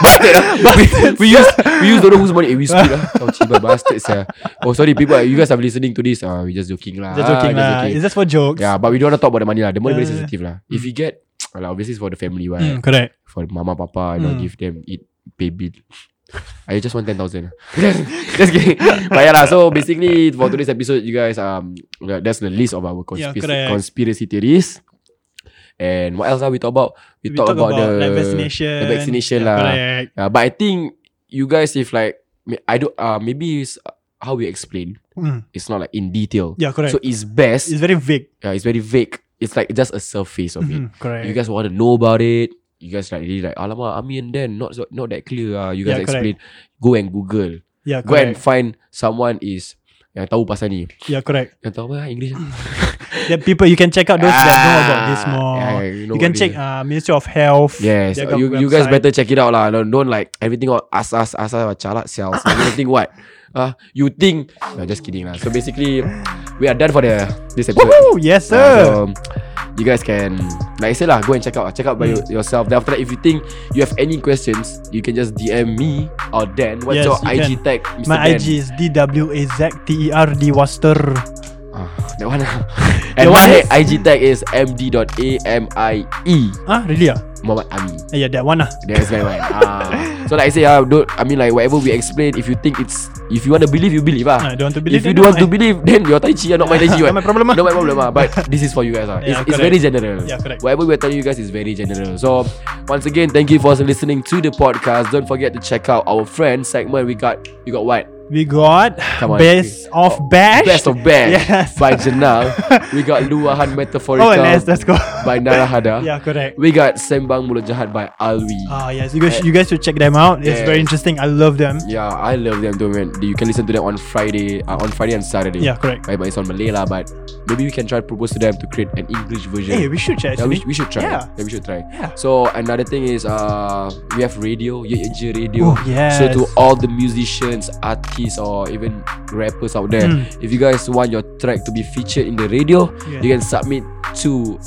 [SPEAKER 5] bastard lah. we, we use we use don't know whose money. Eh, we split lah. Oh, cibai bastard sah. Oh sorry people. You guys are listening to this. Ah, we just joking lah.
[SPEAKER 4] Just joking
[SPEAKER 5] Ah,
[SPEAKER 4] lah. Uh. It's just for jokes.
[SPEAKER 5] Yeah, but we don't want to talk about the money lah. The money very
[SPEAKER 4] Yeah.
[SPEAKER 5] sensitive lah. If you get, well, obviously it's for the family,
[SPEAKER 4] Mm,
[SPEAKER 5] right?
[SPEAKER 4] correct.
[SPEAKER 5] for mama papa you know
[SPEAKER 4] Mm.
[SPEAKER 5] give them eat pay bill I just want 10,000 Just kidding But yeah lah So basically For today's episode You guys um yeah, That's the list of our
[SPEAKER 4] Yeah,
[SPEAKER 5] conspiracy,
[SPEAKER 4] correct.
[SPEAKER 5] conspiracy theories And what else are we talk about We, talk, about, the
[SPEAKER 4] like vaccination.
[SPEAKER 5] The vaccination
[SPEAKER 4] Yeah,
[SPEAKER 5] lah
[SPEAKER 4] Correct.
[SPEAKER 5] yeah, But I think You guys if like ma- I don't uh, Maybe it's uh, How we explain
[SPEAKER 4] Mm.
[SPEAKER 5] It's not like in detail
[SPEAKER 4] Yeah, correct.
[SPEAKER 5] So it's best
[SPEAKER 4] it's
[SPEAKER 5] it's,
[SPEAKER 4] very vague.
[SPEAKER 5] it's very vague It's like just a surface of it
[SPEAKER 4] Mhm, correct.
[SPEAKER 5] you guys want to know about it. You guys like really like alamak Ami and Dan not so- not that clear ah. You
[SPEAKER 4] Yeah,
[SPEAKER 5] guys
[SPEAKER 4] correct.
[SPEAKER 5] explain. Go and Google.
[SPEAKER 4] yeah,
[SPEAKER 5] Go and
[SPEAKER 4] correct.
[SPEAKER 5] find someone is yang tahu pasal ni.
[SPEAKER 4] Yeah, correct.
[SPEAKER 5] Yang tahu apa ah, English? Ah,
[SPEAKER 4] Yeah, people, you can check out those that know about this more.
[SPEAKER 5] you,
[SPEAKER 4] you can check uh, Ministry of Health.
[SPEAKER 5] Yes,
[SPEAKER 4] their
[SPEAKER 5] you,
[SPEAKER 4] gov-
[SPEAKER 5] you guys
[SPEAKER 4] website.
[SPEAKER 5] better check it out lah. Don't, don't like everything all us us us us calak sales. Everything what? Ah, you think? No, just kidding lah. So basically, we are done for the this episode.
[SPEAKER 4] Woohoo! Yes, sir.
[SPEAKER 5] Uh, so, you guys can like I said lah, go and check out check out by
[SPEAKER 4] Hmm.
[SPEAKER 5] your- yourself. Then after that, if you think you have any questions, you can just DM me or Dan. What's
[SPEAKER 4] Yes,
[SPEAKER 5] your
[SPEAKER 4] you
[SPEAKER 5] IG tag, Mr.
[SPEAKER 4] My
[SPEAKER 5] Dan?
[SPEAKER 4] IG is DWAZTERD E Waster.
[SPEAKER 5] Ah, that one. lah. and
[SPEAKER 4] That one
[SPEAKER 5] my
[SPEAKER 4] is-
[SPEAKER 5] IG tag is md.amie
[SPEAKER 4] Ah, really? Ah?
[SPEAKER 5] E, Muhammad Ami.
[SPEAKER 4] Yeah, that one. Ah.
[SPEAKER 5] That's my one. Ah. So like I say, ah, don't, I mean like whatever we explain, if you think it's, if you want to believe, you believe ah.
[SPEAKER 4] Ah, don't want to believe,
[SPEAKER 5] If you
[SPEAKER 4] then
[SPEAKER 5] don't
[SPEAKER 4] not
[SPEAKER 5] want to
[SPEAKER 4] my-
[SPEAKER 5] believe, then your tai chi ah, not my tai chi.
[SPEAKER 4] Not
[SPEAKER 5] what.
[SPEAKER 4] my problem ah.
[SPEAKER 5] Not my problem ah. But this is for you guys ah.
[SPEAKER 4] Yeah,
[SPEAKER 5] it's, it's
[SPEAKER 4] correct.
[SPEAKER 5] very general.
[SPEAKER 4] Yeah, correct.
[SPEAKER 5] Whatever we're telling you guys is very general. So once again, thank you for listening to the podcast. Don't forget to check out our friend segment. We got, you got what?
[SPEAKER 4] We got
[SPEAKER 5] Come on,
[SPEAKER 4] Best of Bash. Oh,
[SPEAKER 5] Best of Best
[SPEAKER 4] Yes.
[SPEAKER 5] by Janal. we got Luahan Metaphorical
[SPEAKER 4] Oh, yes, let's go.
[SPEAKER 5] um, by Narahada.
[SPEAKER 4] yeah, correct.
[SPEAKER 5] We got Sembang Mulut Jahat by Alwi.
[SPEAKER 4] Ah, yes. You guys, you guys should check them out. It's very
[SPEAKER 5] Yes.
[SPEAKER 4] interesting. I love them.
[SPEAKER 5] Yeah, I love them too, man. You can listen to them on Friday, uh, on Friday and Saturday.
[SPEAKER 4] Yeah, correct.
[SPEAKER 5] Right, but it's on Malay lah. But maybe we can try to propose to them to create an English version.
[SPEAKER 4] Hey, we should check.
[SPEAKER 5] yeah, we, sh-
[SPEAKER 4] actually.
[SPEAKER 5] we should try.
[SPEAKER 4] Yeah.
[SPEAKER 5] we should try.
[SPEAKER 4] Yeah.
[SPEAKER 5] So another thing is, uh, we have radio, Ye Ye Je Radio.
[SPEAKER 4] Oh, yes.
[SPEAKER 5] So to all the musicians, artists, artists or even rappers out there.
[SPEAKER 4] Mm.
[SPEAKER 5] If you guys want your track to be featured in the radio,
[SPEAKER 4] Yeah.
[SPEAKER 5] you can submit to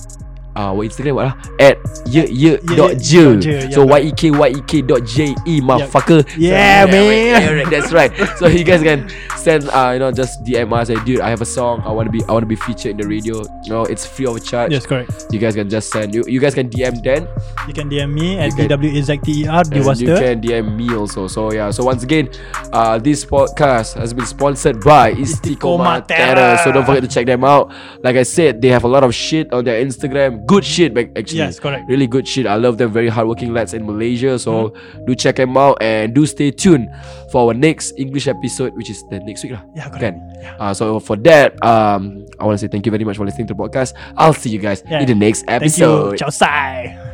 [SPEAKER 5] our Instagram what lah at ye ye
[SPEAKER 4] Ye- ye-
[SPEAKER 5] dot je.
[SPEAKER 4] dot je,
[SPEAKER 5] So
[SPEAKER 4] yeah.
[SPEAKER 5] y e k y e k dot j e motherfucker.
[SPEAKER 4] Yeah, man.
[SPEAKER 5] So, yeah, right, That's right. So you guys can send uh you know just DM us and dude I have a song I want to be I want to be featured in the radio. You know it's free of charge.
[SPEAKER 4] Yes, correct.
[SPEAKER 5] You guys can just send you you guys can DM Dan
[SPEAKER 4] You can DM me at
[SPEAKER 5] You can-
[SPEAKER 4] DWAZTER,
[SPEAKER 5] and you
[SPEAKER 4] Dewaster.
[SPEAKER 5] can DM me also. So yeah. So once again, uh, this podcast has been sponsored by Istikoma
[SPEAKER 4] Istiqomah
[SPEAKER 5] Terra.
[SPEAKER 4] Terra.
[SPEAKER 5] So don't forget to check them out. Like I said, they have a lot of shit on their Instagram. Good shit, back actually.
[SPEAKER 4] Yes, correct.
[SPEAKER 5] Really good shit. I love them. Very hardworking lads in Malaysia. So
[SPEAKER 4] Mm-hmm.
[SPEAKER 5] do check them out and do stay tuned for our next English episode, which is the next week lah.
[SPEAKER 4] Yeah, correct.
[SPEAKER 5] Kan? Uh, so for that, um, I want to say thank you very much for listening to the podcast. I'll see you guys
[SPEAKER 4] Yeah.
[SPEAKER 5] in the next
[SPEAKER 4] Thank you.
[SPEAKER 5] episode.
[SPEAKER 4] Ciao, sai.